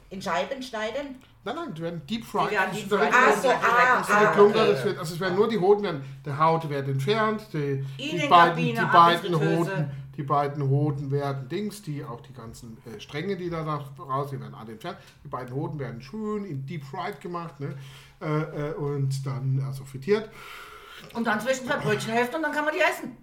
Speaker 1: in Scheiben schneiden?
Speaker 2: Nein, nein, die werden deep fried.
Speaker 3: Die werden
Speaker 2: Das ist
Speaker 3: deep
Speaker 2: direkt
Speaker 3: fried.
Speaker 1: Ah,
Speaker 2: aus
Speaker 1: so,
Speaker 2: der-
Speaker 1: ah,
Speaker 2: aus der
Speaker 1: ah,
Speaker 2: Klunker,
Speaker 1: okay.
Speaker 2: das wird, also es werden nur die Hoden, werden, der Haut wird entfernt, die,
Speaker 3: In
Speaker 2: die,
Speaker 3: den
Speaker 2: beiden,
Speaker 3: Kabine,
Speaker 2: die
Speaker 3: ab
Speaker 2: beiden
Speaker 3: ins Getöse.
Speaker 2: Hoden, die beiden Hoden werden Dings, die auch die ganzen äh, Stränge, die da nach- raus, die werden alle entfernt. Die beiden Hoden werden schön in deep fried gemacht, ne? Äh, äh, und dann also frittiert.
Speaker 3: Und dann zwischen zwei Brötchenhälften und dann kann man die essen.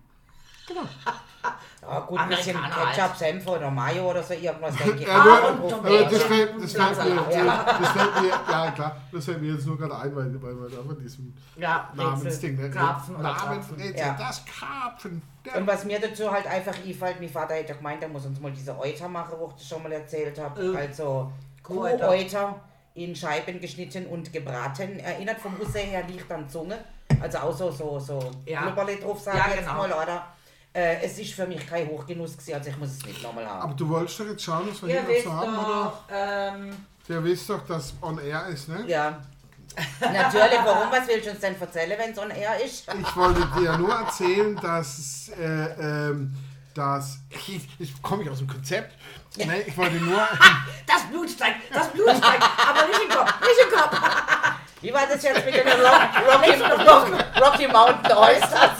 Speaker 1: Ja, gut, ein bisschen
Speaker 3: Amerikaner halt.
Speaker 1: Ketchup, Senf oder Mayo oder so irgendwas. denke ich.
Speaker 2: Ja, nur-
Speaker 1: Ah, und
Speaker 3: und
Speaker 2: Aber äh, das
Speaker 1: Tomate.
Speaker 2: fällt, das fällt mir,
Speaker 3: Ja.
Speaker 2: das fällt mir, ja klar, das fällt mir jetzt nur gerade ein, weil, weil wir da von diesem
Speaker 3: Ja,
Speaker 2: Namensding, ne?
Speaker 3: Rätsel, Karpfen oder Karpfen.
Speaker 2: Namensrätsel,
Speaker 1: Ja.
Speaker 2: das Karpfen, der
Speaker 1: Und was mir dazu halt einfach einfällt, mein Vater hätte gemeint, er muss uns mal diese Euter machen, wo ich das schon mal erzählt habe.
Speaker 3: Äh.
Speaker 1: Also
Speaker 3: Kuhäuter.
Speaker 1: Kuhäuter in Scheiben geschnitten und gebraten. Erinnert vom Russe her liegt an Zunge. Also auch so, so, so
Speaker 3: Ja.
Speaker 1: Blubberli drauf, sag
Speaker 3: Ja,
Speaker 1: ich jetzt
Speaker 3: genau.
Speaker 1: mal, oder? Äh, es ist für mich kein Hochgenuss gewesen, also ich muss es nicht nochmal haben.
Speaker 2: Aber du wolltest doch jetzt schauen, was wir
Speaker 3: Ihr
Speaker 2: hier noch
Speaker 3: wisst
Speaker 2: so haben, oder?
Speaker 3: doch, ähm,
Speaker 2: Der wisst doch, dass on air ist, ne?
Speaker 1: Ja. Natürlich, warum? Was willst du uns denn erzählen, wenn es on air ist?
Speaker 2: Ich wollte dir nur erzählen, dass äh, ähm, dass ich, ich komme ich aus dem Konzept. Ne, ich wollte nur
Speaker 3: das Blut steigt, das Blut steigt, aber nicht im Kopf, nicht im Kopf.
Speaker 1: Wie war das jetzt mit dem Rock, Rocky, Rock, Rocky Mountain Oysters?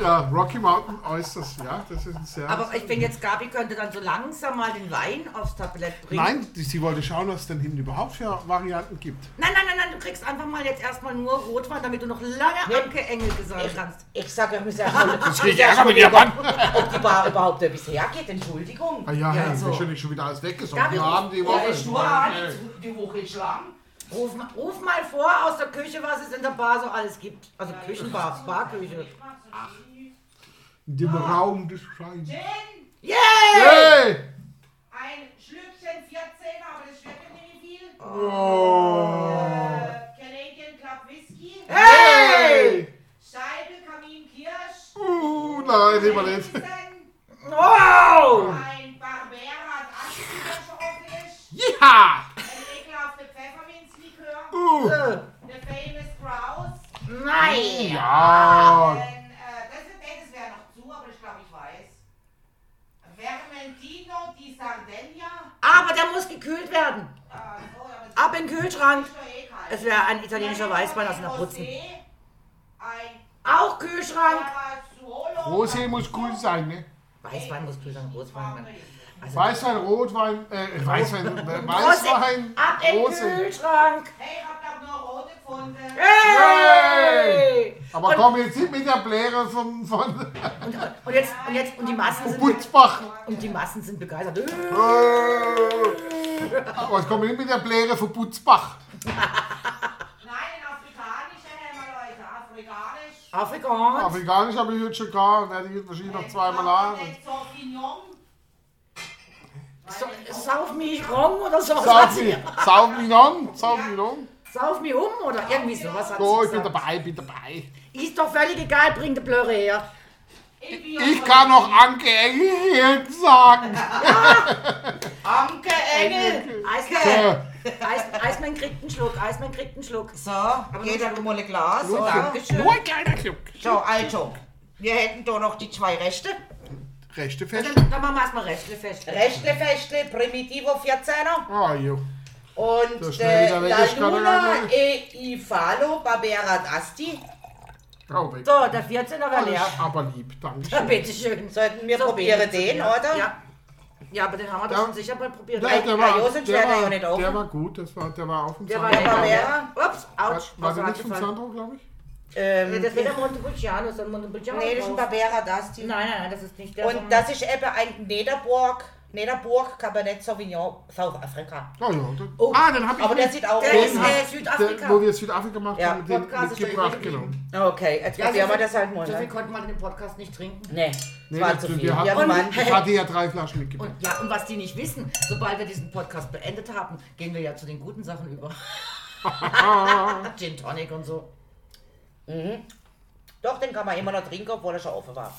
Speaker 2: ja, Rocky Mountain äußerst, ja, das ist ein sehr.
Speaker 3: Aber ich bin jetzt, Gabi könnte dann so langsam mal den Wein aufs Tablett bringen.
Speaker 2: Nein, die- sie wollte schauen, was es denn hinten überhaupt für Varianten gibt.
Speaker 3: Nein, nein, nein, nein, du kriegst einfach mal jetzt erstmal nur Rotwein, damit du noch lange
Speaker 1: Nee.
Speaker 3: Anke Engel gesagt kannst.
Speaker 1: Ich sag, wir müssen erstmal. Das
Speaker 2: krieg ich Ärger mit dir, Mann.
Speaker 1: Ob die Bar überhaupt etwas hergeht, Entschuldigung.
Speaker 2: Ah ja,
Speaker 3: Ja,
Speaker 2: ja
Speaker 3: so.
Speaker 2: wahrscheinlich schon wieder alles
Speaker 3: Ja,
Speaker 2: weggesoffen
Speaker 3: wir-
Speaker 2: haben die
Speaker 3: ja,
Speaker 2: Woche.
Speaker 3: ist nur an.
Speaker 2: Äh,
Speaker 1: die hochgeschlagen.
Speaker 3: Ruf, ma- ruf mal vor aus der Küche, was es in der Bar so alles gibt. Also Küchenbar, Barküche.
Speaker 2: In dem Raum des Scheins.
Speaker 4: Gin,
Speaker 3: Yay!
Speaker 2: Hey!
Speaker 4: ein Schlückchen 14, aber das schmeckt mir nicht viel.
Speaker 2: Oh.
Speaker 4: Äh, Canadian Club Whisky,
Speaker 2: Hey!
Speaker 4: Scheibe Kamin Kirsch,
Speaker 2: Uh, nein, nehmen wir nicht.
Speaker 4: Riesen,
Speaker 3: Wow!
Speaker 4: ein Barbera, das antideutsch ist,
Speaker 2: Ja!
Speaker 4: ein ekelhafte Pfefferminzlikör,
Speaker 2: Uh.
Speaker 4: eine Famous Grouse,
Speaker 3: Nein!
Speaker 2: Ja!
Speaker 4: ein, äh, das, ist- nee, das wäre noch zu, aber ich glaube, ich weiß. Vermentino di Sardegna,
Speaker 3: Aber der muss gekühlt werden.
Speaker 4: äh, so, aber das
Speaker 3: Ab in den Kühlschrank.
Speaker 4: ist doch eh kalt.
Speaker 3: Es wäre ein italienischer
Speaker 4: Dann
Speaker 3: Weißwein aus
Speaker 4: ein
Speaker 3: einer Putzen.
Speaker 4: Rosé, Ein
Speaker 3: Auch Kühlschrank.
Speaker 4: Carazuolo.
Speaker 2: Rosé muss cool sein, ne?
Speaker 3: Weißwein muss Kühlschrank, Rotwein. Also
Speaker 2: Weißwein, Rotwein, äh, Weißwein, äh, Weißwein,
Speaker 3: Rosé. Ab in den
Speaker 2: Rose.
Speaker 3: Kühlschrank.
Speaker 4: Hey, ich hab da nur rote gefunden.
Speaker 3: Äh. Hey!
Speaker 2: Aber komm, jetzt nicht mit der Bläre von, von
Speaker 3: Und, und jetzt, und jetzt, und Also die Massen sind,
Speaker 2: Butzbach.
Speaker 3: und die Massen sind begeistert.
Speaker 2: Äh. Aber jetzt komm nicht mit der Bläre von Butzbach.
Speaker 4: Nein, ein afrikanischer Hämmer, Leute. Afrikanisch.
Speaker 3: Afrikaans.
Speaker 2: Afrikanisch habe ich jetzt schon gehabt, werde ich jetzt wahrscheinlich noch zweimal an.
Speaker 4: Ein Sauvignon.
Speaker 3: So, sauf mich rum oder sowas. hat
Speaker 2: Sauf
Speaker 3: sie-
Speaker 2: mich, sauf mich an, sauf mich an.
Speaker 3: Sauf mich um oder irgendwie sowas. Hat
Speaker 2: So,
Speaker 3: sie
Speaker 2: ich bin
Speaker 3: gesagt.
Speaker 2: dabei, ich bin dabei.
Speaker 3: Ist doch völlig egal, bring die Blöre her.
Speaker 2: Ich kann noch Anke Engel sagen.
Speaker 1: Anke Engel.
Speaker 3: Eismann, Eis, Eismann kriegt einen Schluck, Eismann kriegt einen Schluck.
Speaker 1: So, jeder mal ein Glas, oder?
Speaker 3: Dankeschön.
Speaker 2: Nur ein kleiner Club.
Speaker 1: So, also, wir hätten da noch die zwei Rechte.
Speaker 2: Rechte
Speaker 3: Dann,
Speaker 2: Fest.
Speaker 3: dann machen wir erstmal Restle fest.
Speaker 1: Rechtle, Festle, Primitivo 14er.
Speaker 2: Ah, jo. Das
Speaker 1: Und
Speaker 2: schnell
Speaker 1: äh,
Speaker 2: wieder weg
Speaker 1: La
Speaker 2: ist, kann er gar
Speaker 1: Luna
Speaker 2: nicht.
Speaker 1: e i Falo Barbera d'Asti.
Speaker 2: Hau weg.
Speaker 3: So, der 14er war leer.
Speaker 2: Aber lieb, danke.
Speaker 3: Ja,
Speaker 2: schön.
Speaker 3: bitteschön.
Speaker 1: Sollten wir
Speaker 3: So,
Speaker 1: probieren
Speaker 3: bitte.
Speaker 1: den,
Speaker 3: Ja.
Speaker 1: oder?
Speaker 3: Ja. Ja, aber den haben wir doch
Speaker 2: Ja.
Speaker 3: schon sicher mal probiert.
Speaker 2: Nein,
Speaker 3: Der,
Speaker 2: der,
Speaker 1: Ah,
Speaker 2: war,
Speaker 1: Josef
Speaker 2: der,
Speaker 1: schert er ja
Speaker 2: war,
Speaker 1: nicht auf.
Speaker 2: der war gut, das war, der war auf dem
Speaker 3: war
Speaker 2: Sandro.
Speaker 1: der war
Speaker 3: leer.
Speaker 1: leer.
Speaker 3: Ups, ouch.
Speaker 2: War, war der
Speaker 3: mir
Speaker 2: nicht vom
Speaker 3: angefallen.
Speaker 2: Sandro, glaube ich?
Speaker 1: Ähm,
Speaker 3: Äh, Das wird der Montepulciano, sondern Montepulciano.
Speaker 1: nee, das ist ein
Speaker 3: drauf.
Speaker 1: Barbera d'Asti.
Speaker 3: Nein, nein, nein, das ist nicht der.
Speaker 1: Und
Speaker 3: sondern-
Speaker 1: das ist eben ein Nederburg, Nederburg Cabernet Sauvignon, Südafrika.
Speaker 2: Oh, ja. Der,
Speaker 1: Oh,
Speaker 2: ah, den habe ich.
Speaker 1: Aber der sieht auch
Speaker 3: Der
Speaker 1: aus.
Speaker 3: ist
Speaker 2: hab-
Speaker 3: äh,
Speaker 2: der, wo
Speaker 3: Südafrika.
Speaker 2: wir Südafrika gemacht
Speaker 1: Ja,
Speaker 2: haben, den
Speaker 3: Podcast ist
Speaker 2: mitgebracht,
Speaker 3: schon
Speaker 2: genau.
Speaker 1: Okay, jetzt probieren wir das halt mal.
Speaker 3: So viel
Speaker 1: Ne?
Speaker 3: konnten wir in dem Podcast nicht trinken.
Speaker 1: Nee,
Speaker 2: Nee,
Speaker 1: das war
Speaker 2: das-
Speaker 1: zu
Speaker 2: wir
Speaker 1: viel.
Speaker 2: hatten-
Speaker 1: Irgendwann.
Speaker 2: Ich hatte ja drei Flaschen mitgebracht.
Speaker 3: Und ja, und was die nicht wissen, sobald wir diesen Podcast beendet haben, gehen wir ja zu den guten Sachen über. Gin Tonic und so.
Speaker 1: Doch, den kann man immer noch trinken, obwohl er schon offen war.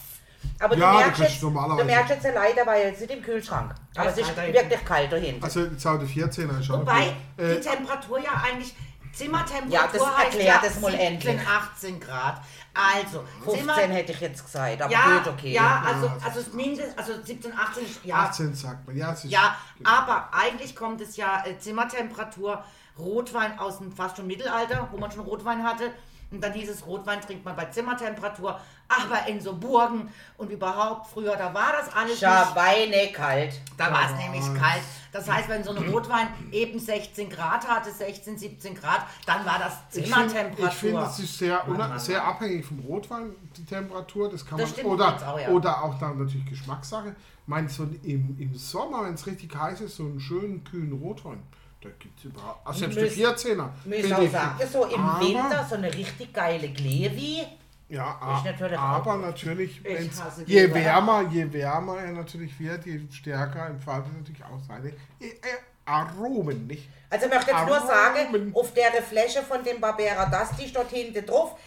Speaker 1: Aber
Speaker 2: Ja,
Speaker 1: du,
Speaker 2: das
Speaker 1: merkst
Speaker 2: ist
Speaker 1: jetzt,
Speaker 2: normalerweise.
Speaker 1: du merkst jetzt ja leider, weil es ist im Kühlschrank. Aber
Speaker 3: Ja,
Speaker 1: es ist
Speaker 3: leider.
Speaker 1: wirklich kalt dahinter.
Speaker 2: Also, jetzt habe ich 14er, schau.
Speaker 3: Wobei
Speaker 2: Äh,
Speaker 3: die Temperatur ja eigentlich Zimmertemperatur
Speaker 1: Ja, das
Speaker 3: heißt
Speaker 1: erklär das mal
Speaker 3: 17,
Speaker 1: endlich.
Speaker 3: 18 Grad. Also,
Speaker 1: 15
Speaker 3: Zimmer,
Speaker 1: hätte ich jetzt gesagt, aber
Speaker 3: ja,
Speaker 1: gut, okay.
Speaker 3: ja, also, also, es mindest, also 17, 18, ist- ja,
Speaker 2: 18 sagt man. Ja, es ist
Speaker 3: ja, aber eigentlich kommt es ja äh, Zimmertemperatur, Rotwein aus dem fast schon Mittelalter, wo man schon Rotwein hatte. Und dann hieß es, Rotwein trinkt man bei Zimmertemperatur, aber in so Burgen und überhaupt früher, da war das alles nicht.
Speaker 1: Schabeine kalt.
Speaker 3: Da war es
Speaker 2: Ja.
Speaker 3: nämlich kalt. Das heißt, wenn so ein Rotwein eben 16 Grad hatte, 16, 17 Grad, dann war das
Speaker 2: Ich finde,
Speaker 3: Zimmertemperatur.
Speaker 2: ich find, das ist sehr,
Speaker 3: Mann,
Speaker 2: una-
Speaker 3: Mann,
Speaker 2: sehr
Speaker 3: Mann.
Speaker 2: abhängig vom Rotwein, die Temperatur. Das kann
Speaker 3: Das
Speaker 2: man,
Speaker 3: stimmt
Speaker 2: oder,
Speaker 3: übrigens auch, ja.
Speaker 2: oder auch dann natürlich Geschmackssache. Meinst du, im, im Sommer, wenn es richtig heiß ist, so einen schönen, kühlen Rotwein? Da gibt es überhaupt. Ach, selbst
Speaker 1: Müssen-
Speaker 2: die 14er.
Speaker 1: Muss ich
Speaker 2: finde
Speaker 1: auch
Speaker 2: ich-
Speaker 1: sagen, so im
Speaker 2: Aber-
Speaker 1: Winter so eine richtig geile Glewi.
Speaker 2: Ja, a-
Speaker 1: natürlich auch.
Speaker 2: aber natürlich, wenn's-
Speaker 3: hasse die
Speaker 2: je
Speaker 3: Leber.
Speaker 2: wärmer, je wärmer er natürlich wird, je stärker entfaltet natürlich auch seine äh, äh, Aromen, nicht?
Speaker 1: Also ich möchte jetzt nur
Speaker 2: Aromen.
Speaker 1: sagen, auf der Fläche von dem Barbera Dusty steht hinten drauf,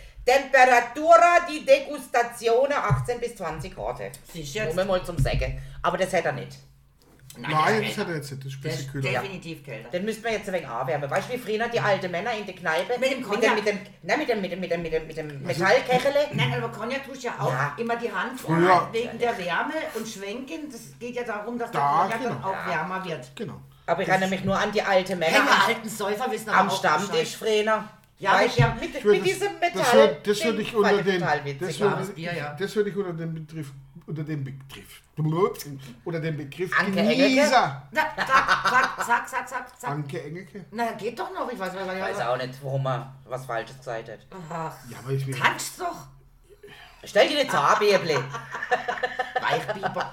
Speaker 1: Temperatura di Degustazione 18 bis 20 Grad.
Speaker 3: Siehst du jetzt?
Speaker 1: Nur mal mal zum Säge. Aber das hätte er nicht.
Speaker 2: Nein,
Speaker 3: das ist
Speaker 2: das hat er jetzt nicht, das ist ein
Speaker 3: Das
Speaker 2: bisschen
Speaker 3: ist
Speaker 2: kühler.
Speaker 3: definitiv kälter.
Speaker 1: Den müssten wir jetzt ein wenig anwärmen. Weißt du, wie früher die alten Männer in der Kneipe
Speaker 3: Mit dem
Speaker 1: mit dem,
Speaker 3: Cognac.
Speaker 1: mit dem, nein, mit dem, mit dem, mit dem, mit dem, mit dem Metallkechele.
Speaker 3: Nein, aber Cognac tust ja auch
Speaker 1: Ja.
Speaker 3: immer die Hand
Speaker 2: Früher.
Speaker 3: vor, wegen der Wärme und Schwenken. Das geht ja darum, dass
Speaker 2: Da,
Speaker 3: der Cognac dann
Speaker 2: genau.
Speaker 3: auch wärmer wird.
Speaker 2: Genau.
Speaker 1: Aber ich erinnere mich nur an die alten Männer
Speaker 3: Keine
Speaker 1: am,
Speaker 3: alten Säufer wissen aber
Speaker 1: am
Speaker 2: Oh,
Speaker 3: auch
Speaker 1: Stammtisch
Speaker 3: Bescheid.
Speaker 1: früher.
Speaker 3: Ja, mit
Speaker 1: Weißt du,
Speaker 3: dem-
Speaker 1: mit,
Speaker 2: Ich würd
Speaker 1: mit diesem Metall.
Speaker 2: Das würde das würd ich
Speaker 1: Ding
Speaker 2: unter
Speaker 1: fand ich
Speaker 2: den
Speaker 1: total witzig,
Speaker 2: das
Speaker 1: ja.
Speaker 2: würde
Speaker 3: Bier, ja.
Speaker 2: das würd ich unter den Begriff unter den Begriff unter den Begriff
Speaker 1: Anke
Speaker 2: Genießer.
Speaker 3: Na, zack, zack, zack, zack, zack, zack.
Speaker 2: Anke Engelke.
Speaker 3: Na, geht doch noch. Ich weiß, was, was,
Speaker 1: Ich weiß auch nicht, warum er was Falsches gesagt hat.
Speaker 2: Ah.
Speaker 3: Ach,
Speaker 2: Ja, aber ich will
Speaker 3: kannst doch.
Speaker 1: Stell dir jetzt an, Bibli.
Speaker 3: Weichbiber.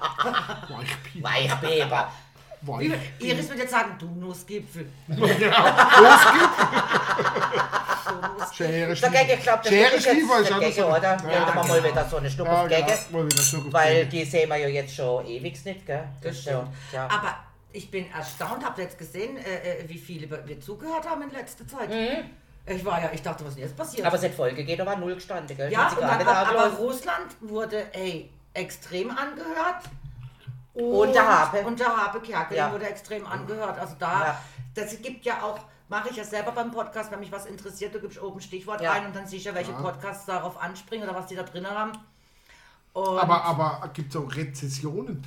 Speaker 2: Weichbier.
Speaker 1: Weichbeber.
Speaker 2: Weich.
Speaker 3: Iris würde jetzt sagen, du Nussgipfel.
Speaker 2: Schere
Speaker 1: Der Gegge, ich glaube, das
Speaker 2: Schere
Speaker 1: ist jetzt
Speaker 2: Schnee, weil
Speaker 1: der
Speaker 2: ich hatte
Speaker 1: Gegge,
Speaker 2: so-
Speaker 1: oder? Ja,
Speaker 2: Ja,
Speaker 1: da machen wir mal wieder so eine Schnuppe
Speaker 2: Ja,
Speaker 1: auf Gegge.
Speaker 2: genau. Mal wieder Schluck auf
Speaker 1: Weil
Speaker 2: Gegge.
Speaker 1: die sehen wir ja jetzt schon ewig nicht, gell?
Speaker 3: Das
Speaker 1: Ist ja-
Speaker 3: stimmt.
Speaker 1: Tja.
Speaker 3: Aber ich bin erstaunt, habt ihr jetzt gesehen, äh, äh, wie viele wir- wir zugehört haben in letzter Zeit. Ich war ja, ich dachte, was ist denn jetzt passiert?
Speaker 1: Mhm. Aber seit Folge geht aber null gestanden, gell?
Speaker 3: ja,
Speaker 1: Sind
Speaker 3: und
Speaker 1: sie gar
Speaker 3: dann
Speaker 1: nicht
Speaker 3: auch,
Speaker 1: angelassen?
Speaker 3: aber Russland wurde ey, extrem angehört.
Speaker 1: Und der Habe.
Speaker 3: Und der Habe Kerkel
Speaker 1: Ja. Mhm.
Speaker 3: wurde extrem angehört. Also da,
Speaker 1: Ja.
Speaker 3: das gibt ja auch, mache ich ja selber beim Podcast, wenn mich was interessiert, du gibst oben ein Stichwort
Speaker 1: Ja.
Speaker 3: ein und dann sehe ich ja, welche
Speaker 2: Ja.
Speaker 3: Podcasts darauf anspringen oder was die da drin haben. Und
Speaker 2: Aber, aber gibt es auch Rezessionen?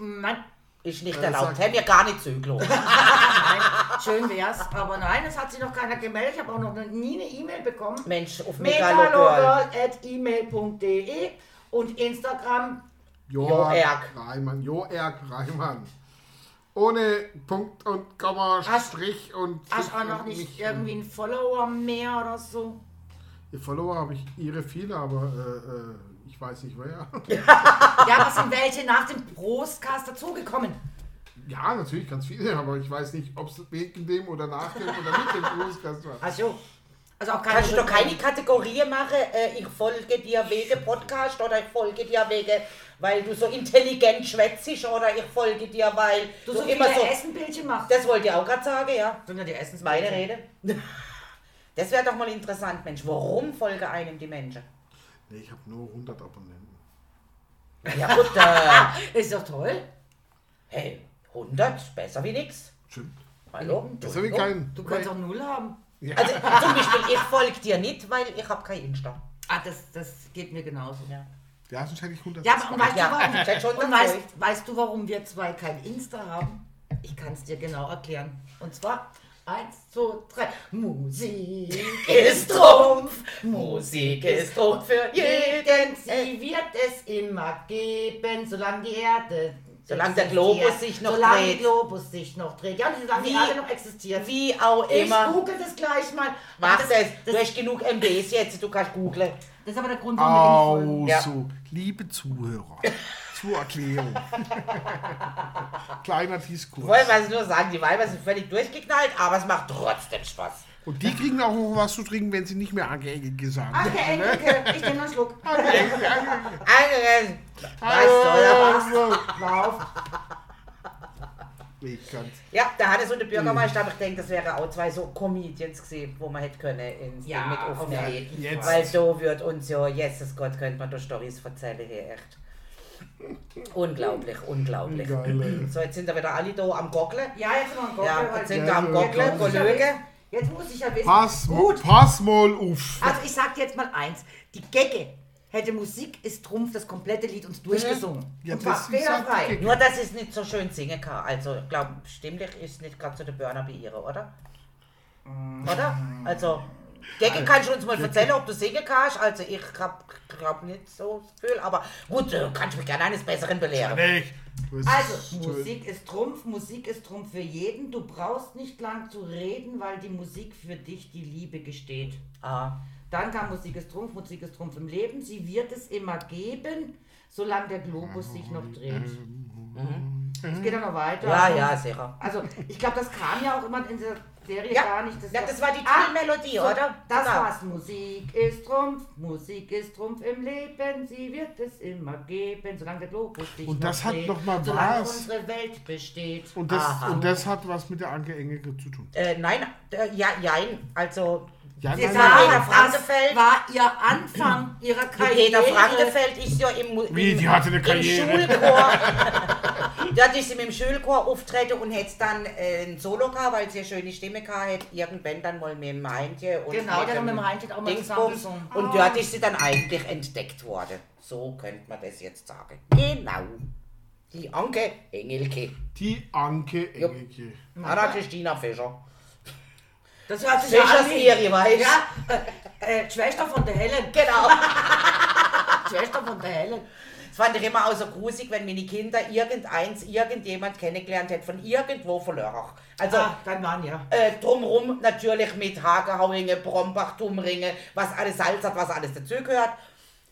Speaker 3: nein,
Speaker 1: Ist nicht
Speaker 2: Ja,
Speaker 1: erlaubt.
Speaker 2: sag-
Speaker 1: Haben wir gar nicht zugelassen.
Speaker 3: nein, schön wär's, aber nein, es hat sich noch keiner gemeldet. Ich habe auch noch nie eine E-Mail bekommen.
Speaker 1: Mensch, auf Megalogirl.
Speaker 3: metalogirl.email.de und Instagram
Speaker 1: Jo, Erk.
Speaker 2: Reimann. Jo Erk Reimann. Ohne Punkt und Komma,
Speaker 3: Hast-
Speaker 2: Strich und.
Speaker 3: hast auch noch nicht irgendwie einen Follower mehr oder so.
Speaker 2: Die Follower habe ich ihre viele, aber äh, äh, ich weiß nicht wer.
Speaker 3: Ja, was sind welche nach dem Prostcast dazugekommen?
Speaker 2: ja, natürlich ganz viele, aber ich weiß nicht, ob es wegen dem oder nach dem oder mit dem Großgast war.
Speaker 3: Ach so. Also auch keine
Speaker 1: Kannst du doch keine
Speaker 3: Rückmeldung.
Speaker 1: Kategorie machen, äh, ich folge dir wegen Podcast oder ich folge dir wegen, weil du so intelligent schwätzisch oder ich folge dir, weil
Speaker 3: Du so
Speaker 1: immer
Speaker 3: viele
Speaker 1: so.
Speaker 3: Essenbildchen machst.
Speaker 1: Das wollte ich auch gerade sagen, ja.
Speaker 3: sind ja die Essens
Speaker 1: Meine Rede. Das wäre doch mal interessant, Mensch. Warum folgen einem die Menschen?
Speaker 2: Nee, ich habe nur 100 Abonnenten.
Speaker 1: Ja gut, äh,
Speaker 3: Ist doch toll.
Speaker 1: hey, 100, besser wie nix.
Speaker 2: Stimmt.
Speaker 1: Hallo?
Speaker 2: Das habe ich
Speaker 1: Entschuldigung.
Speaker 2: keinen.
Speaker 3: Du kannst auch null haben.
Speaker 1: Also zum Beispiel, ich folge dir nicht, weil ich habe kein Insta.
Speaker 3: Ah, das, das geht mir genauso. Ja,
Speaker 2: Ja, sonst hätte ich 100.
Speaker 3: aber und weißt,
Speaker 1: Ja,
Speaker 3: du, warum,
Speaker 1: das ist schon
Speaker 3: und
Speaker 1: ganz
Speaker 3: weißt, weißt du, warum wir zwei kein Insta haben? Ich kann es dir genau erklären. Und zwar eins, zwei, drei. Musik ist Trumpf.
Speaker 1: Musik ist Druck für
Speaker 3: Jeden sie wird es immer geben, solange die Erde.
Speaker 1: Solange der
Speaker 3: existiert.
Speaker 1: Globus sich noch
Speaker 3: solange
Speaker 1: dreht.
Speaker 3: der Globus sich noch dreht. Ja, und solange die
Speaker 1: Wie-
Speaker 3: Erde noch existiert.
Speaker 1: Wie auch
Speaker 3: ich
Speaker 1: immer.
Speaker 3: google das gleich mal.
Speaker 1: Mach
Speaker 3: das,
Speaker 1: das,
Speaker 3: das,
Speaker 1: du hast genug MBs jetzt, du kannst googlen.
Speaker 3: das ist aber der Grund, warum wir nicht folgen.
Speaker 2: Also,
Speaker 1: Ja.
Speaker 2: liebe Zuhörer, zur Erklärung. Kleiner Diskurs.
Speaker 1: Wollen wir es nur sagen, die Weiber sind völlig durchgeknallt, aber es macht trotzdem Spaß.
Speaker 2: Und die kriegen auch noch was zu trinken, wenn sie nicht mehr angeekelt gesagt
Speaker 1: Ah.
Speaker 2: haben.
Speaker 3: Anke
Speaker 2: Ne?
Speaker 3: Engelke, ich nehme noch einen Schluck.
Speaker 1: Andere, was soll er machen?
Speaker 3: Lauf.
Speaker 2: Ich kann's.
Speaker 1: Ja, der Hannes und der Bürgermeister, aber ich denke, das wäre auch zwei so Comedians gesehen, wo man hätte können ins
Speaker 3: Ja,
Speaker 1: Ding mit
Speaker 3: auf
Speaker 1: aufnehmen.
Speaker 3: jeden
Speaker 2: Jetzt.
Speaker 1: Weil so wird uns ja, Jesus Gott, könnte man da Storys erzählen hier, echt. Unglaublich, unglaublich.
Speaker 2: Geil, ey.
Speaker 1: So, jetzt sind da wieder alle da am Gockeln.
Speaker 3: Ja, jetzt sind wir am Gockel.
Speaker 1: Ja,
Speaker 3: weil-
Speaker 1: jetzt
Speaker 2: Ja,
Speaker 1: sind da am
Speaker 2: so,
Speaker 1: Gockeln,
Speaker 2: klar.
Speaker 1: Kollege.
Speaker 3: Jetzt muss ich ja wissen.
Speaker 2: Pass,
Speaker 3: Gut,
Speaker 2: pass mal auf.
Speaker 3: also ich sag dir jetzt mal eins. Die Gegge hätte Musik ist Trumpf das komplette Lied uns durchgesungen.
Speaker 2: Ja,
Speaker 3: und war
Speaker 2: das ist halt die
Speaker 3: fehlerfrei.
Speaker 2: Gegge.
Speaker 1: Nur, dass ich es nicht so schön singen kann. Also, ich glaube, stimmlich ist nicht ganz so der Burner wie ihre, oder? Oder? Also, Gegge kannst du uns mal erzählen, ob du singen kannst. Also, ich glaube glaub nicht so viel, aber gut, äh, kannst du mich gerne eines Besseren belehren.
Speaker 2: Nicht. Das ist
Speaker 3: Also,
Speaker 2: toll.
Speaker 3: Musik ist Trumpf, Musik ist Trumpf für jeden. Du brauchst nicht lang zu reden, weil die Musik für dich die Liebe gesteht.
Speaker 1: Ah,
Speaker 3: Dann kam Musik ist Trumpf, Musik ist Trumpf im Leben. Sie wird es immer geben, solange der Globus sich noch dreht. Mhm. Es geht ja noch weiter.
Speaker 1: ja, ja, sicher.
Speaker 3: Also, ich glaube, das kam ja auch immer in der Serie
Speaker 1: Ja.
Speaker 3: gar nicht.
Speaker 1: Ja, das war die
Speaker 3: Ah,
Speaker 1: Titelmelodie, oder?
Speaker 3: Das
Speaker 1: Genau.
Speaker 3: war's. Musik ist Trumpf, Musik ist Trumpf im Leben. Sie wird es immer geben, solange der Globus sich
Speaker 2: Und
Speaker 3: noch
Speaker 2: das hat
Speaker 3: dreht.
Speaker 2: noch mal
Speaker 3: solange
Speaker 2: was.
Speaker 3: unsere Welt besteht.
Speaker 2: Und das,
Speaker 1: Aha.
Speaker 2: und das hat was mit der Anke Engelke zu tun.
Speaker 1: Äh, nein, äh, ja, jein. Also,
Speaker 2: Ja,
Speaker 3: Sie
Speaker 2: nein,
Speaker 1: sagen-
Speaker 2: nein,
Speaker 1: Peter
Speaker 3: sagen,
Speaker 1: Frankenfeld.
Speaker 3: das war ihr Anfang ihrer
Speaker 1: die
Speaker 3: Karriere.
Speaker 1: Peter Frankenfeld ist ja im, Mu- im,
Speaker 2: Wie, die hatte eine
Speaker 1: im
Speaker 2: Karriere.
Speaker 1: Schulchor. Dort ist sie mit dem Schulchor auftreten und hätte dann äh, ein Solo gehabt, weil sie eine schöne Stimme gehabt hätte. Irgendwann dann mal mit dem Heintje. Und
Speaker 3: Genau,
Speaker 1: mit
Speaker 3: dann
Speaker 1: dem
Speaker 3: mit dem Heintje auch mal
Speaker 1: Dingsbums.
Speaker 3: zusammen
Speaker 1: Und dort ist sie dann eigentlich entdeckt worden. So könnte man das jetzt sagen. Genau. Die Anke Engelke.
Speaker 2: Die Anke Engelke.
Speaker 1: Anna-Christina Fischer.
Speaker 3: Das hört sich ja
Speaker 1: Fischers
Speaker 3: an wie,
Speaker 1: Serie, weißt
Speaker 3: ja, äh, äh, Schwester von der Helen.
Speaker 1: Genau.
Speaker 3: Schwester von der Helen.
Speaker 1: Es fand ich immer auch so grusig, wenn meine Kinder irgendeins, irgendjemand kennengelernt hätte von irgendwo von Lörrach. Also
Speaker 3: Ah, dein Mann, ja.
Speaker 1: äh, drumrum natürlich mit Hagehauringe, Brombach, Tumringe, was alles Salz hat, was alles dazu gehört.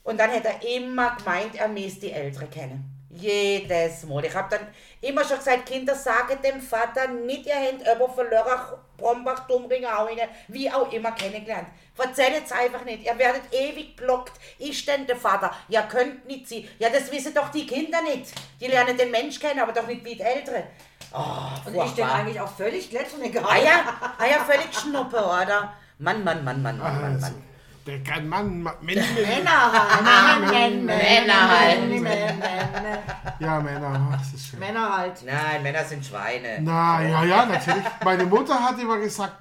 Speaker 1: Und dann hätte er immer gemeint, er müsste die Ältere kennen. Jedes Mal. Ich habe dann immer schon gesagt, Kinder, sage dem Vater nicht, ihr habt jemanden von Lörrach, Brombach, Tumringe, Hauinge, wie auch immer kennengelernt. Erzählt es einfach nicht. Ihr werdet ewig blockt. Ich denn der Vater. Ihr könnt nicht sie. Ja, das wissen doch die Kinder nicht. Die lernen den Mensch kennen, aber doch nicht wie die Ältere. Oh,
Speaker 3: Und ich stehe eigentlich auch völlig glatt von der Gehalt.
Speaker 1: Eier, Eier völlig Schnuppe, oder? Mann, Mann, Mann, Mann, Mann, Mann,
Speaker 2: Also,
Speaker 1: Mann.
Speaker 2: der kann Mann, Mann- Mensch, Mensch.
Speaker 3: Männer halt.
Speaker 1: Männer halt.
Speaker 2: Ja, Männer, ach, das ist schön.
Speaker 3: Männer halt.
Speaker 1: Nein, Männer sind Schweine.
Speaker 2: Na, ja, ja, natürlich. Meine Mutter hat immer gesagt,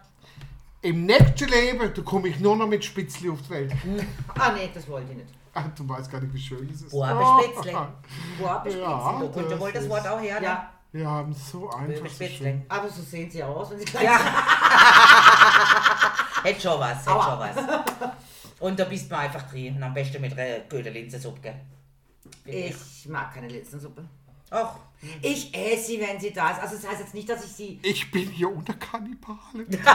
Speaker 2: im nächsten Leben, da komme ich nur noch mit Spitzli auf die Welt.
Speaker 3: Ah, nee, das wollte ich nicht.
Speaker 2: Ach, du weißt gar nicht, wie schön es ist.
Speaker 1: Buabespitzle.
Speaker 3: Wo hab ich
Speaker 2: Ja,
Speaker 1: Wo kommt wohl das
Speaker 2: ist-
Speaker 1: Wort auch her? ne?
Speaker 3: Ja,
Speaker 2: Wir haben so einfach so
Speaker 1: Buabespitzle.
Speaker 2: schön.
Speaker 3: aber so sehen sie aus, wenn sie klein sind.
Speaker 1: Ja. hätt schon was, hätt
Speaker 3: Aua.
Speaker 1: schon was. Und da bist du einfach drin. Und am besten mit äh, Gödelinsensuppe, gell? Bin ich.
Speaker 3: Ich mag keine Linsensuppe.
Speaker 1: Ach,
Speaker 3: Ich esse sie, wenn sie da ist. Also das heißt jetzt nicht, dass ich sie...
Speaker 2: Ich bin hier unter Kannibalen. Hilfe!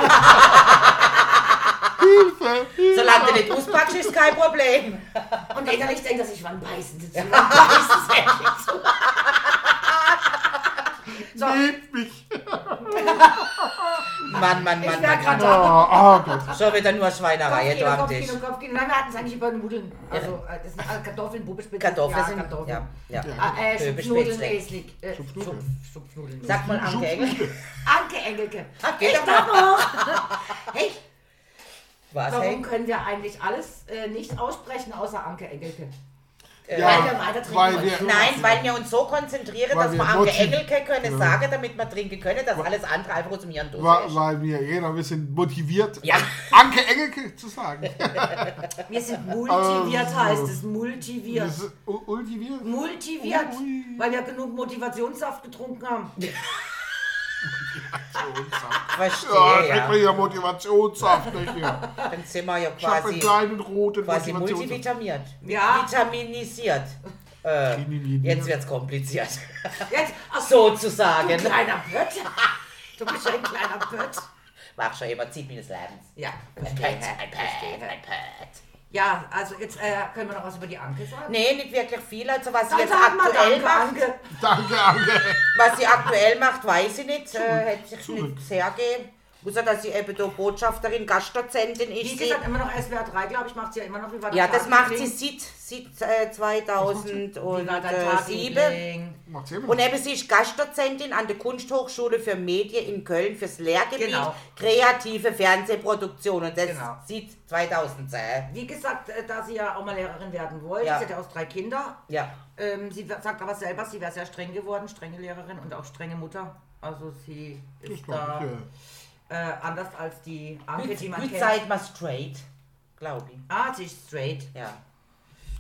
Speaker 2: Hilfe.
Speaker 1: solange du nicht auspackst, ist kein Problem.
Speaker 3: Und innerlich denke, dass ich wann beißen sitze. so,
Speaker 2: Nehmt mich!
Speaker 1: Mann, Mann,
Speaker 3: ich
Speaker 1: Mann,
Speaker 3: wär
Speaker 1: Mann.
Speaker 3: grad
Speaker 2: Oh,
Speaker 3: da.
Speaker 2: oh Gott.
Speaker 1: Schon wieder nur Schweinerei,
Speaker 3: Kopfkino,
Speaker 1: du am Tisch.
Speaker 3: Kopfkino, Kopfkino. Nein, wir hatten es eigentlich über Nudeln. Also, äh, das sind äh, Kartoffeln, Bubespitzen.
Speaker 1: Kartoffeln
Speaker 3: ja,
Speaker 1: sind.
Speaker 3: Kartoffeln.
Speaker 1: Ja, ja.
Speaker 3: Äh, äh, Schupfnudeln,
Speaker 1: Böbelspätzle.
Speaker 3: Eslig. Äh,
Speaker 2: Schupfnudeln.
Speaker 3: Schupf- Schupfnudeln.
Speaker 1: Sag mal, Anke Engel.
Speaker 3: Anke Engelke.
Speaker 1: Anke,
Speaker 3: ich
Speaker 1: Ah, doch
Speaker 3: darf auch. Hey,
Speaker 1: Was,
Speaker 3: warum
Speaker 1: hey?
Speaker 3: können wir eigentlich alles äh, nicht aussprechen, außer Anke Engelke?
Speaker 2: Ja,
Speaker 3: Weil wir weiter trinken
Speaker 2: weil
Speaker 3: wollen.
Speaker 2: wir-
Speaker 1: Nein, weil wir uns so konzentrieren,
Speaker 2: Weil
Speaker 1: dass
Speaker 2: wir
Speaker 1: wir Anke
Speaker 2: Mochi-
Speaker 1: Engelke
Speaker 2: Ja.
Speaker 1: können sagen, damit wir trinken können, dass alles andere einfach aus dem Hirn durch
Speaker 2: Weil,
Speaker 1: ist.
Speaker 2: weil wir, genau, wir sind motiviert,
Speaker 1: Ja.
Speaker 2: Anke Engelke zu sagen.
Speaker 3: Wir sind multiviert,
Speaker 2: Ähm,
Speaker 3: heißt es. Multiviert.
Speaker 2: Das ist u- Ultiviert.
Speaker 3: Multiviert,
Speaker 2: Ui.
Speaker 3: weil wir genug Motivationssaft getrunken haben.
Speaker 2: Motivationssaft. Ja,
Speaker 1: Ah. Verstehe,
Speaker 2: ich
Speaker 1: ja.
Speaker 2: kriege ja Motivationssaft. nicht hier.
Speaker 1: Dann sind wir ja
Speaker 2: Ich habe einen
Speaker 1: quasi,
Speaker 2: kleinen roten
Speaker 1: quasi
Speaker 2: Motivationssaft.
Speaker 1: multivitaminiert.
Speaker 3: Ja.
Speaker 1: Vitaminisiert. Äh,
Speaker 2: Vitaminisiert.
Speaker 1: jetzt wird's kompliziert.
Speaker 3: Jetzt, ach so, du
Speaker 1: Sozusagen.
Speaker 3: kleiner Bött. Du bist ein kleiner Bött.
Speaker 1: Mach schon immer Zeit meines Lebens.
Speaker 3: Ja,
Speaker 1: Ein
Speaker 3: verstehe.
Speaker 1: Pet, ein Pet, ein Pet.
Speaker 3: Ja, also jetzt äh, können wir noch was über die Anke sagen.
Speaker 1: Nee, nicht wirklich viel. Also was sie
Speaker 3: Dann
Speaker 1: jetzt
Speaker 3: sag mal
Speaker 1: aktuell
Speaker 3: Danke,
Speaker 1: macht,
Speaker 3: Anke.
Speaker 2: Danke, Anke.
Speaker 1: Was sie aktuell macht, weiß ich nicht. Äh, hätte sich
Speaker 2: zurück.
Speaker 1: nicht sehr gegeben. Außer, dass sie eben da Botschafterin, Gastdozentin ist.
Speaker 3: Wie
Speaker 1: Sie.
Speaker 3: gesagt, immer noch SWR 3, glaube ich, macht sie ja immer noch. Wie war
Speaker 1: Ja,
Speaker 3: der
Speaker 1: das macht sie
Speaker 3: Tagesliebling?
Speaker 1: seit, seit äh,
Speaker 3: Wie war dein
Speaker 1: 2007.
Speaker 3: Tagesliebling?
Speaker 2: Macht selber.
Speaker 1: Und eben, sie ist Gastdozentin an der Kunsthochschule für Medien in Köln fürs Lehrgebiet
Speaker 3: Genau.
Speaker 1: kreative Fernsehproduktion. Und das
Speaker 3: Genau.
Speaker 1: sieht 2010.
Speaker 3: Wie gesagt, äh, da sie ja auch mal Lehrerin werden wollte,
Speaker 1: Ja.
Speaker 3: sie hat ja auch drei Kinder.
Speaker 1: Ja.
Speaker 3: Ähm, sie sagt aber selber, sie wäre sehr streng geworden, strenge Lehrerin und auch strenge Mutter. Also sie
Speaker 2: Das
Speaker 3: ist
Speaker 2: glaub
Speaker 3: da
Speaker 2: ich, ja.
Speaker 3: äh, anders als die Anke, die man
Speaker 1: Gut
Speaker 3: kennt.
Speaker 1: seid mal straight, glaube ich.
Speaker 3: Ah, sie ist straight.
Speaker 1: Ja.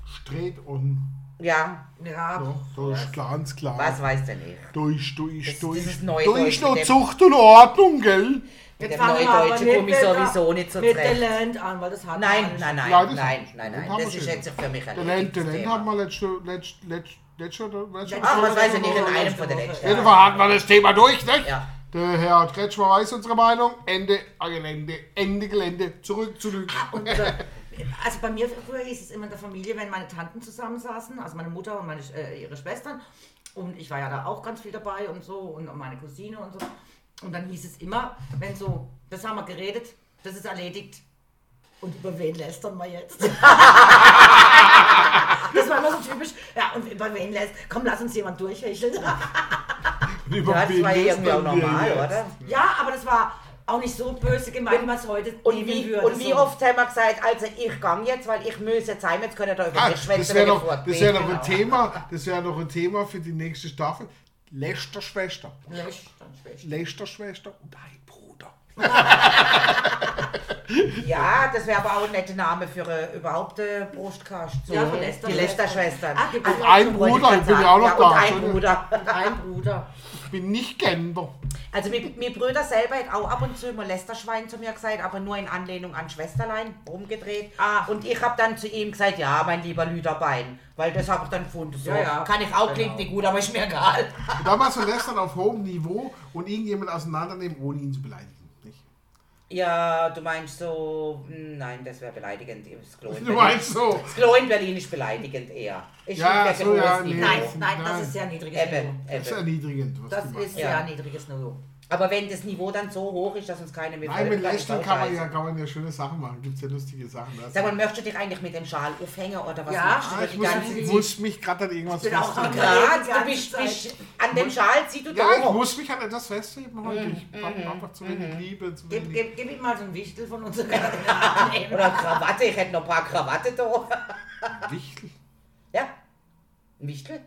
Speaker 2: Streht und
Speaker 1: Ja,
Speaker 3: Ja,
Speaker 2: ja, das ist ganz klar.
Speaker 1: was weiß denn ich.
Speaker 2: Durch, durch,
Speaker 1: Das-
Speaker 2: durch.
Speaker 1: dieses Neudeutsch
Speaker 2: durch noch
Speaker 1: mit dem-
Speaker 2: Zucht und Ordnung, gell?
Speaker 1: Mit
Speaker 3: jetzt
Speaker 1: dem
Speaker 3: fangen wir aber
Speaker 1: Neudeutschen
Speaker 3: nicht
Speaker 1: komme ich
Speaker 3: mit der-
Speaker 1: sowieso nicht so
Speaker 3: mit der
Speaker 1: zurecht.
Speaker 3: Land an, weil das hat
Speaker 1: Nein, nein, nein,
Speaker 2: Ja, das-
Speaker 1: nein, nein,
Speaker 2: das
Speaker 1: nein.
Speaker 2: haben wir
Speaker 1: Das ist
Speaker 2: schon.
Speaker 1: jetzt für mich ein
Speaker 2: Der Land, der Land
Speaker 1: Thema.
Speaker 2: hat mal letzte, letzte, letzte, letzte, letzte,
Speaker 3: Letzte-
Speaker 1: Ach, was weiß ich
Speaker 3: Letzte
Speaker 1: nicht, in
Speaker 3: Woche,
Speaker 1: einem
Speaker 3: letzte
Speaker 1: von den
Speaker 3: Woche.
Speaker 1: letzten.
Speaker 2: Jedenfalls hatten wir das Thema durch, nicht?
Speaker 1: Ja.
Speaker 2: Der Herr Kretschmer weiß unsere Meinung. Ende, ah, Gelände, Ende, Gelände. Zurück, zurück.
Speaker 3: Und, äh, also bei mir früher hieß es immer in der Familie, wenn meine Tanten zusammensaßen, also meine Mutter und meine, Sch- äh, ihre Schwestern, und ich war ja da auch ganz viel dabei und so, und auch meine Cousine und so. Und dann hieß es immer, wenn so, das haben wir geredet, das ist erledigt. Und über wen lästern wir jetzt? das war immer so typisch. Ja, und über wen lässt, komm, lass uns jemand durchhecheln.
Speaker 2: Über
Speaker 1: Ja, das
Speaker 2: wen
Speaker 1: war ja
Speaker 2: lästern
Speaker 1: irgendwie auch
Speaker 2: wir
Speaker 1: normal,
Speaker 2: jetzt?
Speaker 1: oder?
Speaker 3: ja, aber das war auch nicht so böse gemeint, was heute
Speaker 1: Und
Speaker 3: nehmen
Speaker 1: wie,
Speaker 3: würde,
Speaker 1: und wie
Speaker 3: so.
Speaker 1: oft haben wir gesagt, also ich gang jetzt, weil ich muss jetzt heim, jetzt könnt ihr da über
Speaker 2: Ah,
Speaker 1: mich schwätzen.
Speaker 2: das wäre
Speaker 1: wenn ihr
Speaker 2: noch,
Speaker 1: fort
Speaker 2: das
Speaker 1: bin.
Speaker 2: wär noch ein
Speaker 1: Genau.
Speaker 2: Thema, das wäre noch ein Thema für die nächste Staffel. Letzter Schwester,
Speaker 3: Lästern, Schwester.
Speaker 2: letzter Schwester und ein Bruder.
Speaker 1: Ja, das wäre aber auch ein netter Name für äh, überhaupt äh, Brustkast. So,
Speaker 3: Ja, von Lester-
Speaker 1: die Lester-Schwestern.
Speaker 3: Ah, gibt es
Speaker 1: Also,
Speaker 3: auch
Speaker 2: Ein
Speaker 1: wollte
Speaker 2: Bruder,
Speaker 1: grad
Speaker 2: ich bin
Speaker 1: sagen,
Speaker 2: ja auch noch
Speaker 1: ja,
Speaker 2: da.
Speaker 1: Und ein
Speaker 2: Entschuldigung.
Speaker 1: Bruder.
Speaker 3: Und ein Bruder.
Speaker 2: Ich bin nicht Gender.
Speaker 1: Also, mi- mi Brüder selber hat auch ab und zu immer Lästerschwein zu mir gesagt, aber nur in Anlehnung an Schwesterlein rumgedreht.
Speaker 3: Ah.
Speaker 1: Und ich habe dann zu ihm gesagt, ja, mein lieber Lüderbein, weil das habe ich dann gefunden. So.
Speaker 3: Ja, ja.
Speaker 1: Kann ich auch, klingt nicht gut, aber ist mir egal.
Speaker 2: Und damals so lästern auf hohem Niveau und irgendjemand auseinandernehmen, ohne ihn zu beleidigen. Nicht?
Speaker 1: Ja, du meinst so, hm, nein, das wäre beleidigend. Das Klo in
Speaker 2: Du
Speaker 1: Berlin,
Speaker 2: meinst so.
Speaker 1: das Klo in Berlin ist beleidigend eher. Ich
Speaker 2: Ja,
Speaker 1: finde, das
Speaker 2: so,
Speaker 1: ist
Speaker 2: ja,
Speaker 1: ein
Speaker 2: nee.
Speaker 1: hohes
Speaker 3: Nein,
Speaker 1: Niveau.
Speaker 3: nein, das
Speaker 2: Nein.
Speaker 3: ist sehr niedriges Niveau.
Speaker 1: Eben,
Speaker 2: Das ist
Speaker 1: eben.
Speaker 2: erniedrigend, was
Speaker 3: Das
Speaker 2: du machst.
Speaker 3: ist
Speaker 1: Ja.
Speaker 3: sehr niedriges Niveau.
Speaker 1: Aber wenn das Niveau dann so hoch ist, dass uns keine mehr
Speaker 2: Nein, mit
Speaker 1: folgt, dann ist
Speaker 2: Lästern
Speaker 1: auch
Speaker 2: kann man,
Speaker 1: scheiße.
Speaker 2: ja, kann man ja schöne Sachen machen. Gibt es ja lustige Sachen. Das-
Speaker 1: Sag mal, möchtest du dich eigentlich mit dem Schal aufhängen oder was
Speaker 3: Ja,
Speaker 1: machst du
Speaker 2: Ah,
Speaker 1: über
Speaker 2: ich
Speaker 1: die
Speaker 2: muss,
Speaker 1: ganze
Speaker 2: ich
Speaker 1: Zeit?
Speaker 2: muss mich gerade an irgendwas
Speaker 3: bin auch
Speaker 2: festheben.
Speaker 3: dran.
Speaker 1: Ja,
Speaker 3: die
Speaker 1: du
Speaker 3: ganze
Speaker 1: bist,
Speaker 3: Zeit.
Speaker 1: bist an Mhm, dem Schal zieh du
Speaker 2: Ja, ich
Speaker 1: doch.
Speaker 2: muss mich an etwas festheben heute. Ich habe einfach zu wenig
Speaker 1: mhm.
Speaker 2: Liebe, zu
Speaker 3: Gib,
Speaker 2: wenig...
Speaker 3: gib, gib ihm mal so ein Wichtel von unserer Kanäle.
Speaker 1: Oder Krawatte, ich hätte noch ein paar Krawatte da.
Speaker 2: Wichtel.
Speaker 1: Ja. Ein Wichtel?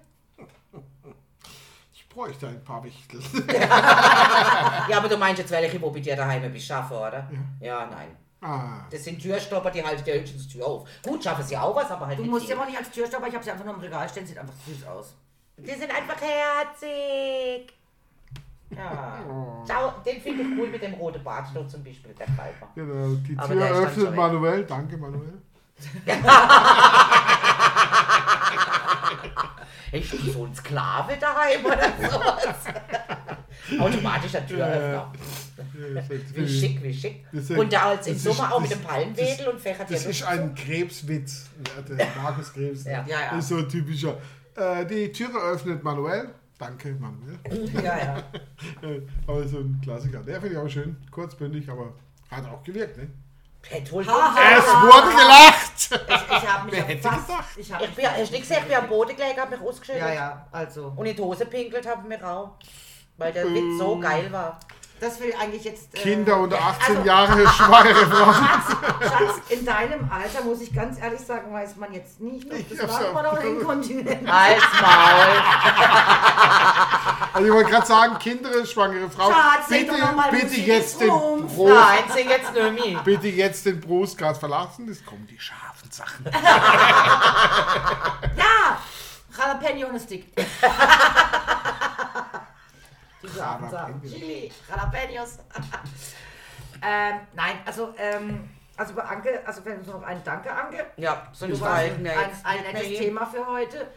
Speaker 2: Ich bräuchte ein paar Wichtel.
Speaker 1: Ja, aber du meinst jetzt welche, wo bei dir daheim bist, schaffen, oder? Ja, nein.
Speaker 2: ah.
Speaker 1: Das sind Türstopper, die halten dir höchstens die Tür auf. Gut, schaffen sie auch was, aber halt
Speaker 3: Du
Speaker 1: nicht
Speaker 3: musst
Speaker 1: viel.
Speaker 3: ja auch nicht als Türstopper, ich habe sie einfach nur im Regal stehen, sieht einfach süß aus.
Speaker 1: Die sind einfach herzig.
Speaker 3: Ja.
Speaker 1: Schau, den finde ich cool mit dem roten Bart, so zum Beispiel, der Kalber.
Speaker 2: Genau, die
Speaker 1: Aber
Speaker 2: Tür
Speaker 1: der ist dann
Speaker 2: öffnet
Speaker 1: schon
Speaker 2: manuell. Danke, Manuel.
Speaker 1: Ich bin so ein Sklave daheim oder sowas. Automatischer Türöffner. Wie schick, wie schick.
Speaker 2: Das ist-
Speaker 1: Und da als im
Speaker 2: das
Speaker 1: Sommer
Speaker 2: ist-
Speaker 1: auch mit
Speaker 2: das-
Speaker 1: dem Palmwedel und fächert dir
Speaker 2: Das ist
Speaker 1: Luft.
Speaker 2: ein Krebswitz. Ja, Der Markus Krebs.
Speaker 1: Ja.
Speaker 3: Ja, ja.
Speaker 2: Das ist so ein typischer. Äh, die Türe öffnet manuell. Danke, Manuel.
Speaker 3: ja, ja.
Speaker 2: Äh, aber so ein Klassiker. Der finde ich auch schön. Kurzbündig, aber hat auch gewirkt, ne? Ah.
Speaker 1: Pet holt
Speaker 3: Ha,
Speaker 1: uns.
Speaker 2: Es wurde gelacht!
Speaker 3: Ich, ich habe mich
Speaker 2: Wer
Speaker 3: ja
Speaker 2: hätte
Speaker 3: fast-
Speaker 2: gedacht?
Speaker 3: Ich hab
Speaker 1: Ich bin, hast du nicht gesehen, ich bin am Boden gelegen, hab mich ausgeschüttelt.
Speaker 3: ja, ja, also.
Speaker 1: Und in die Hose pinkelt hab ich mich auch. Weil der Witz so geil war.
Speaker 3: Das will eigentlich jetzt. Äh,
Speaker 2: Kinder unter 18
Speaker 3: also-
Speaker 2: Jahre schwangere Frauen.
Speaker 3: Schatz, in deinem Alter, muss ich ganz ehrlich sagen, weiß man jetzt nicht, ob
Speaker 2: Ich
Speaker 3: das
Speaker 2: hab's
Speaker 3: Magen-
Speaker 2: auch-
Speaker 3: oder Inkontinent
Speaker 1: Als Maul.
Speaker 2: Also ich wollte gerade sagen, Kinder, schwangere Frauen.
Speaker 3: Schatz, sing
Speaker 2: bitte
Speaker 3: doch noch mal
Speaker 2: bitte
Speaker 3: Musik
Speaker 2: jetzt
Speaker 3: ist
Speaker 2: den
Speaker 3: Rumpf.
Speaker 2: Brust,
Speaker 1: Nein, sing jetzt nur mich.
Speaker 2: bitte jetzt den Brust gerade verlassen. Es kommen die scharfen Sachen.
Speaker 3: Ja! Jalapeno und ein Stick. Diese Sachen sagen.
Speaker 2: Jalapeno.
Speaker 3: Chili, Jalapenos. ähm, nein, also, ähm, also bei Anke, also wenn du noch einen Danke, Anke.
Speaker 1: Ja, sonst
Speaker 3: Du warst
Speaker 1: verhalten
Speaker 3: ein,
Speaker 1: wir
Speaker 3: ein,
Speaker 1: jetzt.
Speaker 3: ein
Speaker 1: nicht
Speaker 3: nettes
Speaker 1: mehr
Speaker 3: Thema für heute.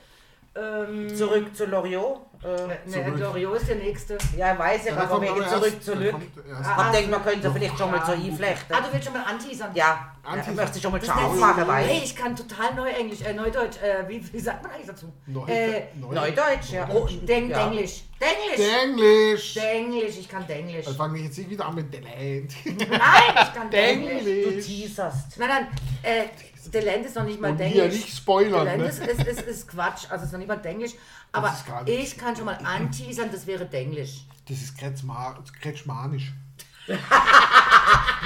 Speaker 3: Ähm,
Speaker 1: hin. Zurück zu Loriot. Äh,
Speaker 3: ne, Doriot ist der nächste.
Speaker 1: ja, ich weiß ich,
Speaker 2: Da
Speaker 1: aber
Speaker 2: kommt
Speaker 1: wegen
Speaker 2: aber
Speaker 1: zurück
Speaker 2: erst-
Speaker 1: zu
Speaker 2: da
Speaker 1: Lück.
Speaker 2: kommt erst-
Speaker 1: Ich denke, man könnte vielleicht schon mal so einflechten.
Speaker 3: Ah, du willst schon mal anteasern?
Speaker 1: Ja,
Speaker 2: Anti-
Speaker 1: ich möchte schon mal
Speaker 3: Das
Speaker 1: schon
Speaker 3: nennt sich-
Speaker 1: aufmachen,
Speaker 3: Hey,
Speaker 1: weil.
Speaker 3: ich kann total Neu-Englisch, äh, Neudeutsch, äh, wie, wie sagt man eigentlich dazu?
Speaker 2: Neu-
Speaker 3: äh,
Speaker 2: Neu-
Speaker 1: Neudeutsch, ja. Oh,
Speaker 3: Deng,
Speaker 1: ja.
Speaker 3: Denglisch. Denglisch!
Speaker 2: Englisch.
Speaker 3: Denglisch, ich kann Denglisch.
Speaker 2: Dann fangen wir jetzt nicht wieder an mit Deland.
Speaker 3: Nein, ich kann Denglisch.
Speaker 1: Du
Speaker 2: Englisch.
Speaker 1: teaserst.
Speaker 3: Nein, nein, äh, Deland ist noch nicht mal
Speaker 2: Und hier
Speaker 3: Denglisch.
Speaker 2: nicht spoilern.
Speaker 3: Deland ist,
Speaker 2: Ne?
Speaker 3: ist, ist, ist Quatsch, also ist noch nicht mal Denglisch. Aber
Speaker 2: ist gar nicht-
Speaker 3: ich kann schon mal anteasern, das wäre Denglisch.
Speaker 2: Das ist Kretschma- kretschmanisch.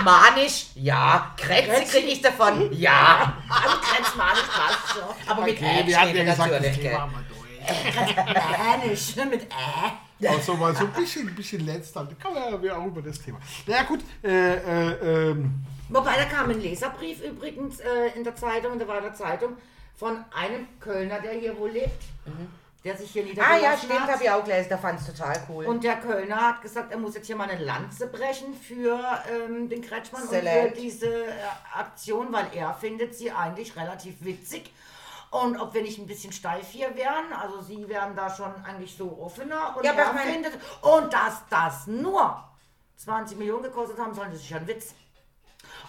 Speaker 1: Manisch, ja. Krätze
Speaker 3: Krätze?
Speaker 1: krieg ich davon, ja.
Speaker 3: Also Kretzmanisch passt schon.
Speaker 1: Aber mit
Speaker 2: Okay,
Speaker 1: Ä
Speaker 2: wir hatten ja
Speaker 1: schreiben
Speaker 2: gesagt, das
Speaker 1: natürlich,
Speaker 2: Thema
Speaker 1: gell.
Speaker 2: haben wir durch.
Speaker 3: Änisch, mit Ä.
Speaker 2: Also mal so ein bisschen, ein bisschen letzter. Da kann man ja auch über das Thema. Naja gut, äh, äh, ähm,
Speaker 3: Wobei, da kam ein Leserbrief übrigens äh, in der Zeitung, in der Wader Zeitung, von einem Kölner, der hier wohl lebt, der sich hier
Speaker 1: Mhm. Ah
Speaker 3: niedergelassen
Speaker 1: ja, stimmt,
Speaker 3: hat.
Speaker 1: habe ich auch gelesen. Da fand es total cool.
Speaker 3: Und der Kölner hat gesagt, er muss jetzt hier mal eine Lanze brechen für ähm, den Kretschmann und
Speaker 1: Select.
Speaker 3: für diese äh, Aktion, weil er findet sie eigentlich relativ witzig. Und ob wir nicht ein bisschen steif hier wären, also sie wären da schon eigentlich so offener. Und
Speaker 1: Ja, aber
Speaker 3: er
Speaker 1: ich meine-
Speaker 3: findet, und dass das nur 20 Millionen gekostet haben sollen, das ist ja ein Witz.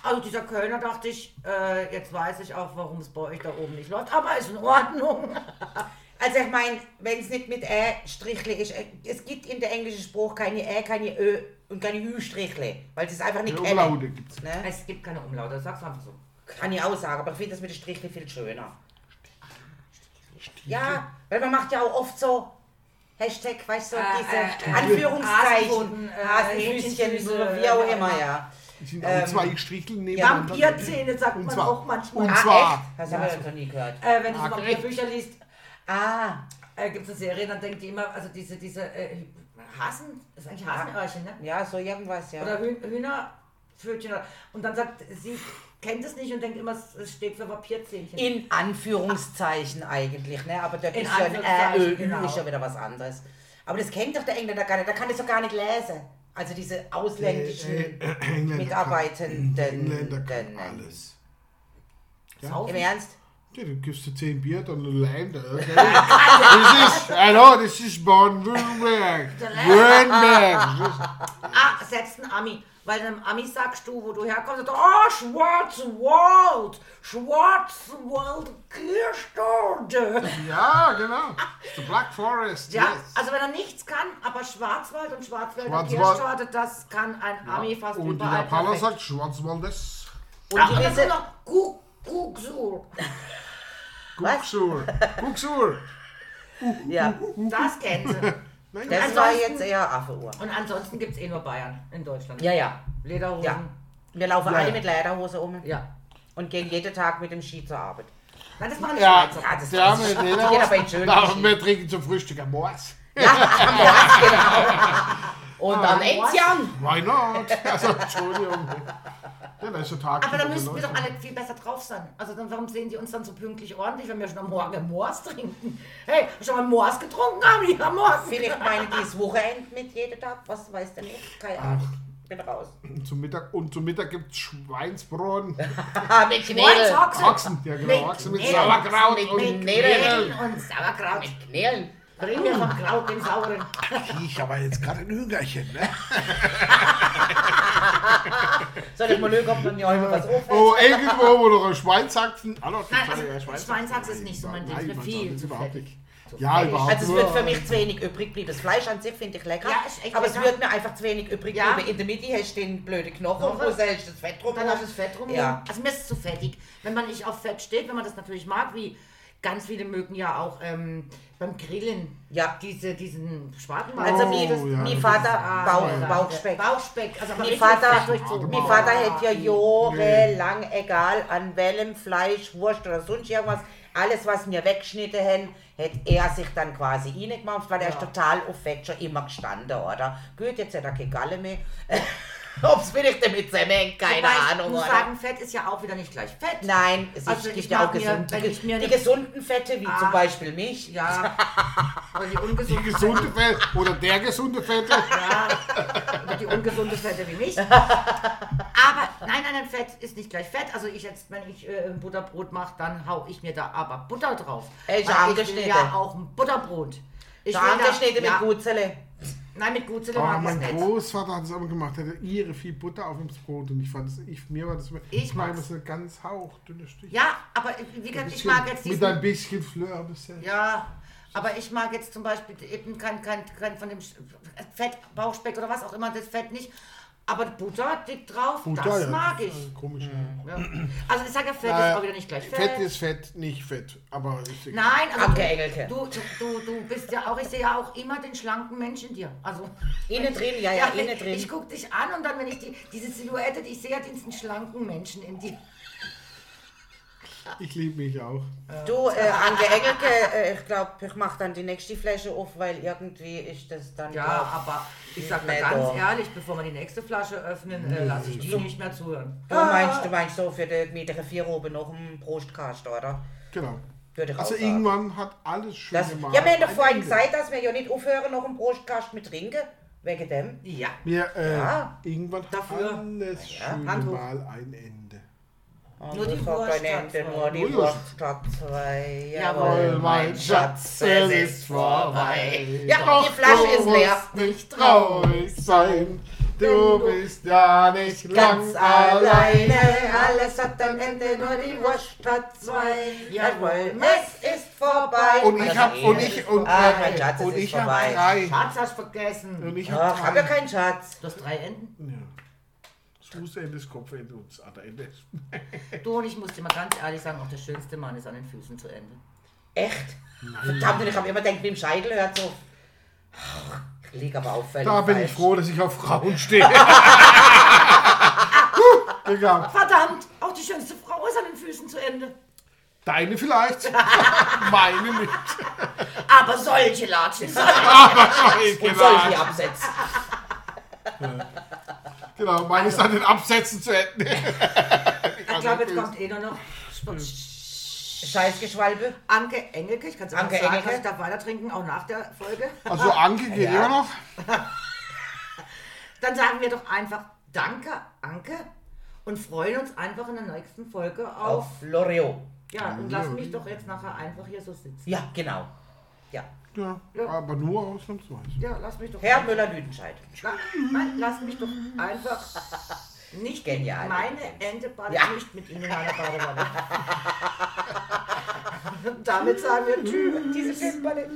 Speaker 3: Also dieser Kölner dachte ich, äh, jetzt weiß ich auch, warum es bei euch da oben nicht läuft, aber ist in Ordnung.
Speaker 1: Also ich meine, wenn es nicht mit Ä Strichle ist, äh, es gibt in der englischen Spruch keine Ä, keine Ö und keine Ü Strichle, weil sie es einfach nicht
Speaker 2: eine
Speaker 1: kennen.
Speaker 2: Umlaute gibt es.
Speaker 1: Ne?
Speaker 3: Es gibt keine Umlaute, sag's einfach so.
Speaker 1: Kann ich auch sagen, aber ich finde das mit den Strichle viel schöner. Ja, weil man macht ja auch oft so Hashtag, weißt du,
Speaker 3: Ah,
Speaker 1: diese
Speaker 3: äh, äh, Hasenpfoten,
Speaker 1: Anführungszeichen,
Speaker 3: äh,
Speaker 1: Hasenfüßchen
Speaker 3: Hähnchenfüße,
Speaker 1: oder wie auch
Speaker 3: äh,
Speaker 1: immer, ja.
Speaker 2: Es sind auch zwei Stricheln nebeneinander.
Speaker 3: Ähm, Vampirzähne sagt
Speaker 2: Und
Speaker 3: man
Speaker 2: zwar-
Speaker 3: auch manchmal.
Speaker 2: und
Speaker 1: Ah,
Speaker 2: zwar-
Speaker 1: echt? Das habe ich noch nie gehört.
Speaker 3: Äh, wenn du
Speaker 2: Ah,
Speaker 3: so
Speaker 2: korrekt.
Speaker 3: Bücher liest,
Speaker 1: Ah,
Speaker 3: äh, gibt es eine Serie, dann denkt die immer, also diese, diese äh, Hasen, das ist eigentlich Hasenöhrchen, ne?
Speaker 1: ja, so irgendwas, ja.
Speaker 3: Oder Hühn, Hühnerpfötchen. oder- Und dann sagt sie, kennt es nicht und denkt immer, es- es steht für Vampirzähnchen.
Speaker 1: In Anführungszeichen eigentlich, ne? Aber da
Speaker 3: In
Speaker 1: ist ja ein Ä,
Speaker 3: Anführungszeichen,
Speaker 1: Ö, Ü
Speaker 3: genau.
Speaker 1: ist ja wieder was anderes. Aber das kennt doch der Engländer gar nicht, der kann das doch gar nicht lesen. Also diese ausländischen
Speaker 2: Äh, äh, Engländer
Speaker 1: Mitarbeitenden.
Speaker 2: kann- Engländer kann
Speaker 1: denn-
Speaker 2: alles.
Speaker 1: Im
Speaker 3: Saufen.
Speaker 1: Ernst?
Speaker 2: Ja, dann gibst du 10 Bier, dann allein. Das ist, hallo, das ist Baden-Württemberg. Württemberg.
Speaker 3: Ah, selbst ein Ami. Weil in einem Ami sagst du, wo du herkommst, sagt, oh, Schwarzwald, Schwarzwald, Kirchstorde.
Speaker 2: Ja, genau. The Black Forest.
Speaker 3: Ja,
Speaker 2: yes.
Speaker 3: also wenn er nichts kann, aber Schwarzwald und Schwarzwälder
Speaker 2: Schwarzwald.
Speaker 3: Kirschtorte, das kann ein Ami fast
Speaker 2: Und die
Speaker 3: überall
Speaker 2: Lapaler
Speaker 3: perfekt.
Speaker 2: sagt Schwarzwaldes.
Speaker 1: Und
Speaker 3: Ach,
Speaker 1: die
Speaker 3: und dann
Speaker 1: wissen,
Speaker 3: kommt noch Gu- Guxur.
Speaker 2: Guxur. Guxur.
Speaker 1: ja,
Speaker 3: Das kennt sie.
Speaker 1: das war jetzt eher Affeuhr.
Speaker 3: Und ansonsten gibt es eh nur Bayern in Deutschland.
Speaker 1: Ja, ja.
Speaker 3: Lederhosen.
Speaker 1: Ja. Wir laufen
Speaker 2: Ja,
Speaker 1: alle
Speaker 2: ja.
Speaker 1: mit Lederhose um
Speaker 3: Ja.
Speaker 1: und gehen jeden Tag mit dem Ski zur Arbeit.
Speaker 3: Nein, das machen die
Speaker 2: Ja,
Speaker 3: Schweizer.
Speaker 1: Ja, das
Speaker 2: der arme
Speaker 1: ist
Speaker 2: Lederhosen.
Speaker 1: jeder bei schönen
Speaker 2: Na,
Speaker 1: Ski.
Speaker 2: wir trinken zum Frühstück ein Moas.
Speaker 1: Ja, am Morgen, genau.
Speaker 2: Ah,
Speaker 1: Und dann
Speaker 3: was?
Speaker 1: end's Jan.
Speaker 2: Why not? Also, Entschuldigung. Ja, da ist der Tag.
Speaker 3: Aber da
Speaker 2: mit den
Speaker 3: müssten wir doch
Speaker 2: Leuten.
Speaker 3: alle viel besser drauf sein. Also dann, warum sehen die uns dann so pünktlich ordentlich, wenn wir schon am Morgen Moors trinken? Hey, schon mal Moors getrunken haben die am Morgen.
Speaker 1: Vielleicht meine ich dieses Wochenende mit jeden Tag, was weiß der nicht? Keine Ahnung. Bin raus.
Speaker 2: Und zum Mittag, und zum Mittag gibt es Schweinsbraten.
Speaker 1: Ah, mit
Speaker 3: Schwarz Ochsen.
Speaker 2: Ochsen. Ja, genau. Ochsen mit
Speaker 3: Knödeln.
Speaker 2: Sauerkraut
Speaker 1: Mit
Speaker 2: und
Speaker 1: Knödeln.
Speaker 2: Knödeln.
Speaker 3: Und Sauerkraut.
Speaker 1: Knirlen.
Speaker 3: Bring mir vom Kraut den sauren.
Speaker 2: Ich habe jetzt gerade ein Hüngerchen, ne?
Speaker 1: Soll ich mal schauen, ob man mir heute was aufhält?
Speaker 2: Oh, irgendwo, wo noch ein Schweinsachsen. Ah, doch,
Speaker 3: Nein,
Speaker 2: sorry, ja,
Speaker 3: also Schweinsachsen ist nicht so mein Ding.
Speaker 2: Nein,
Speaker 3: Ist mir viel
Speaker 2: Schweinsachsen ist
Speaker 3: zu
Speaker 2: überhaupt
Speaker 3: fettig.
Speaker 2: nicht. Ja, überhaupt
Speaker 1: Also es wird
Speaker 2: nur-
Speaker 1: für mich zu wenig übrig bleiben. Das Fleisch an sich finde ich lecker,
Speaker 3: Ja, ist echt
Speaker 1: aber
Speaker 3: lecker.
Speaker 1: es wird mir einfach zu wenig übrig
Speaker 3: Ja.
Speaker 1: bleiben. In der Mitte hast du den blöden Knochen und
Speaker 3: Knochen.
Speaker 1: außen hast du das Fett drum.
Speaker 3: Und dann hast du das Fett rumliegen.
Speaker 1: Ja.
Speaker 3: Also mir ist es zu fettig. Wenn man nicht auf Fett steht, wenn man das natürlich mag, wie ganz viele mögen ja auch ähm, beim Grillen
Speaker 1: Ja.
Speaker 3: diese, diesen Schwartenmaus.
Speaker 1: Also
Speaker 2: Oh,
Speaker 1: mein,
Speaker 2: ja, das
Speaker 1: mein Vater,
Speaker 3: Ah,
Speaker 1: Bauch,
Speaker 3: ja.
Speaker 1: Bauchspeck.
Speaker 3: Bauchspeck. Also aber
Speaker 1: Mein
Speaker 3: richtig Genau.
Speaker 1: Vater,
Speaker 3: fett durchzogen.
Speaker 1: mein Vater hat ja jahrelang, egal an welchem Fleisch, Wurst oder sonst irgendwas, alles, was mir weggeschnitten haben, hat er sich dann quasi reingemacht, weil er ist total auf Fett schon immer gestanden, oder? Gut, jetzt hat er keine Galle mehr. Ob es vielleicht damit zusammenhängt, keine
Speaker 3: Wobei ich
Speaker 1: Ahnung,
Speaker 3: muss
Speaker 1: oder?
Speaker 3: sagen, Fett ist ja auch wieder nicht gleich Fett.
Speaker 1: Nein, es
Speaker 3: Also
Speaker 1: ist,
Speaker 3: ich
Speaker 1: gibt ja auch
Speaker 3: mag mir,
Speaker 1: gesunde,
Speaker 3: wenn ich mir
Speaker 1: die
Speaker 3: nicht-
Speaker 1: gesunden Fette, wie
Speaker 3: Ah.
Speaker 1: zum Beispiel mich.
Speaker 3: Ja. Oder die
Speaker 2: Die
Speaker 3: ungesunde
Speaker 2: gesunde Fette oder der gesunde Fette.
Speaker 3: Ja, und die ungesunde Fette wie mich. Aber nein, nein, nein, Fett ist nicht gleich Fett. Also ich jetzt, wenn ich äh, ein Butterbrot mache, dann hau ich mir da aber Butter drauf.
Speaker 1: Ey, ich
Speaker 3: Weil
Speaker 1: hab
Speaker 3: ich will
Speaker 1: angeschnitten.
Speaker 3: ja auch ein Butterbrot. Ich will
Speaker 1: Ich
Speaker 3: da-
Speaker 1: angeschnitten mit Gutzele.
Speaker 3: Nein, mit Gutzele
Speaker 2: Oh,
Speaker 3: mag ich
Speaker 2: mein
Speaker 3: nicht.
Speaker 2: Großvater hat es immer gemacht, er hatte ihre viel Butter auf dem Brot und ich fand es, ich, mir war das, immer-
Speaker 3: Ich
Speaker 2: ich meine,
Speaker 3: mag's.
Speaker 2: das ist ein ganz hauchdünnes Stück.
Speaker 3: Ja, aber wie gesagt, ich mag jetzt
Speaker 2: Mit
Speaker 3: diesen...
Speaker 2: ein bisschen Fleur bisher.
Speaker 3: Ja, aber ich mag jetzt zum Beispiel eben kein, kein, kein von dem Sch- Fett, Bauchspeck oder was auch immer, das Fett nicht. Aber Butter dick drauf, das mag
Speaker 2: das
Speaker 3: ich.
Speaker 2: ist, äh, Komisch.
Speaker 3: Ja. Also ich sage, ja, Fett
Speaker 2: Äh,
Speaker 3: ist auch wieder nicht gleich Fett.
Speaker 2: Fett ist Fett, nicht Fett. Aber ist egal.
Speaker 3: Nein, also
Speaker 1: Anke Engelke.
Speaker 3: du, du, du, du bist ja auch, ich sehe ja auch immer den schlanken Mensch in dir. Also,
Speaker 1: Innen drin, ja, ja, innen
Speaker 3: ich, ich
Speaker 1: drin.
Speaker 3: gucke dich an und dann, wenn ich die, diese Silhouette, die ich sehe ja diesen schlanken Menschen in dir.
Speaker 2: Ich liebe mich auch.
Speaker 1: Du, äh, Anke Engelke, äh, ich glaube, ich mache dann die nächste Fläche auf, weil irgendwie ist das dann.
Speaker 3: Ja,
Speaker 1: glaub-
Speaker 3: aber ich sag mal
Speaker 1: Nee,
Speaker 3: ganz
Speaker 1: doch.
Speaker 3: ehrlich, bevor wir die nächste Flasche öffnen, äh, lasse ich dich nicht mehr zuhören.
Speaker 1: Du meinst, du meinst so für die Meter 4 oben noch einen Prostkast, oder?
Speaker 2: Genau.
Speaker 1: Würde ich
Speaker 2: Also
Speaker 1: auch sagen.
Speaker 2: irgendwann hat alles schon
Speaker 1: Das, ja,
Speaker 2: gemacht.
Speaker 1: wir haben doch vorhin gesagt, dass wir ja nicht aufhören, noch einen Prostkast mit trinken. Wegen dem.
Speaker 3: Ja.
Speaker 2: Wir, äh,
Speaker 1: Ja.
Speaker 2: Irgendwann hat
Speaker 3: Dafür.
Speaker 2: alles
Speaker 1: Ja,
Speaker 2: schöne
Speaker 3: Hand hoch.
Speaker 2: mal ein Ende.
Speaker 1: Und
Speaker 3: Nur die
Speaker 1: ich sag dann
Speaker 3: Wurst
Speaker 1: Ende,
Speaker 3: hat
Speaker 1: Nur die
Speaker 2: zwei.
Speaker 1: Wurst hat zwei.
Speaker 3: Jawohl,
Speaker 2: Äh,
Speaker 1: Jawohl, Oh, mein Schatz, es ist vorbei. Ja, die Flasche ist leer.
Speaker 2: nicht traurig sein. Du bist ja nicht
Speaker 1: Ganz alleine, alles
Speaker 3: hat ein Ende, nur die Wurst hat zwei.
Speaker 1: Jawohl, es ist vorbei.
Speaker 2: Und ich hab
Speaker 1: Also,
Speaker 2: und ich und, äh,
Speaker 1: Ah, mein Schatz, es
Speaker 2: und
Speaker 1: ist
Speaker 2: ich hab
Speaker 1: vorbei.
Speaker 2: drei.
Speaker 3: Schatz, hast vergessen.
Speaker 2: Und ich
Speaker 1: Ach,
Speaker 2: hab
Speaker 1: hab ja
Speaker 2: drei.
Speaker 1: keinen Schatz.
Speaker 3: Du hast drei Enden.
Speaker 2: Ja. Das Fußende, das Kopfende und das andere Ende.
Speaker 3: Du und ich muss dir mal ganz ehrlich sagen, auch der schönste Mann ist an den Füßen zu Ende.
Speaker 1: Echt? Verdammt, und ich habe immer gedacht, mit dem Scheitel hört so. Ich lieg aber auffällig.
Speaker 2: Da bin
Speaker 1: falsch.
Speaker 2: ich froh, dass ich auf Frauen stehe. Huh, Egal.
Speaker 3: Verdammt, auch die schönste Frau ist an den Füßen zu Ende.
Speaker 2: Deine vielleicht. Meine nicht.
Speaker 3: Aber solche Latschen sind
Speaker 1: Und soll ich die absetzen?
Speaker 2: Genau, meine ist an den Absätzen zu enden.
Speaker 3: Ich glaube, jetzt kommt eh nur noch
Speaker 1: Hm.
Speaker 3: Sp-
Speaker 1: Scheißgeschwalbe?
Speaker 3: Anke Engelke. Ich kann es
Speaker 1: Anke
Speaker 3: Anke sagen,
Speaker 1: Engelke.
Speaker 3: Engelke. ich darf weiter trinken, auch nach der Folge.
Speaker 2: Also Anke geht immer noch.
Speaker 3: Dann sagen wir doch einfach Danke, Anke. Und freuen uns einfach in der nächsten Folge auf.
Speaker 1: Auf Loriot.
Speaker 3: Ja, und lass mich doch jetzt nachher einfach hier so sitzen.
Speaker 1: Ja, genau. Ja.
Speaker 2: Ja, aber nur ausnahmsweise.
Speaker 3: Ja, lass mich doch.
Speaker 1: Herr Müller-Lüdenscheid.
Speaker 3: Na, Nein, lass mich doch einfach nicht
Speaker 1: Genial.
Speaker 3: Meine Ente badet
Speaker 1: Ja.
Speaker 3: nicht mit Ihnen in einer Badewanne. Damit sagen wir Tschüss. Diese Filmballe.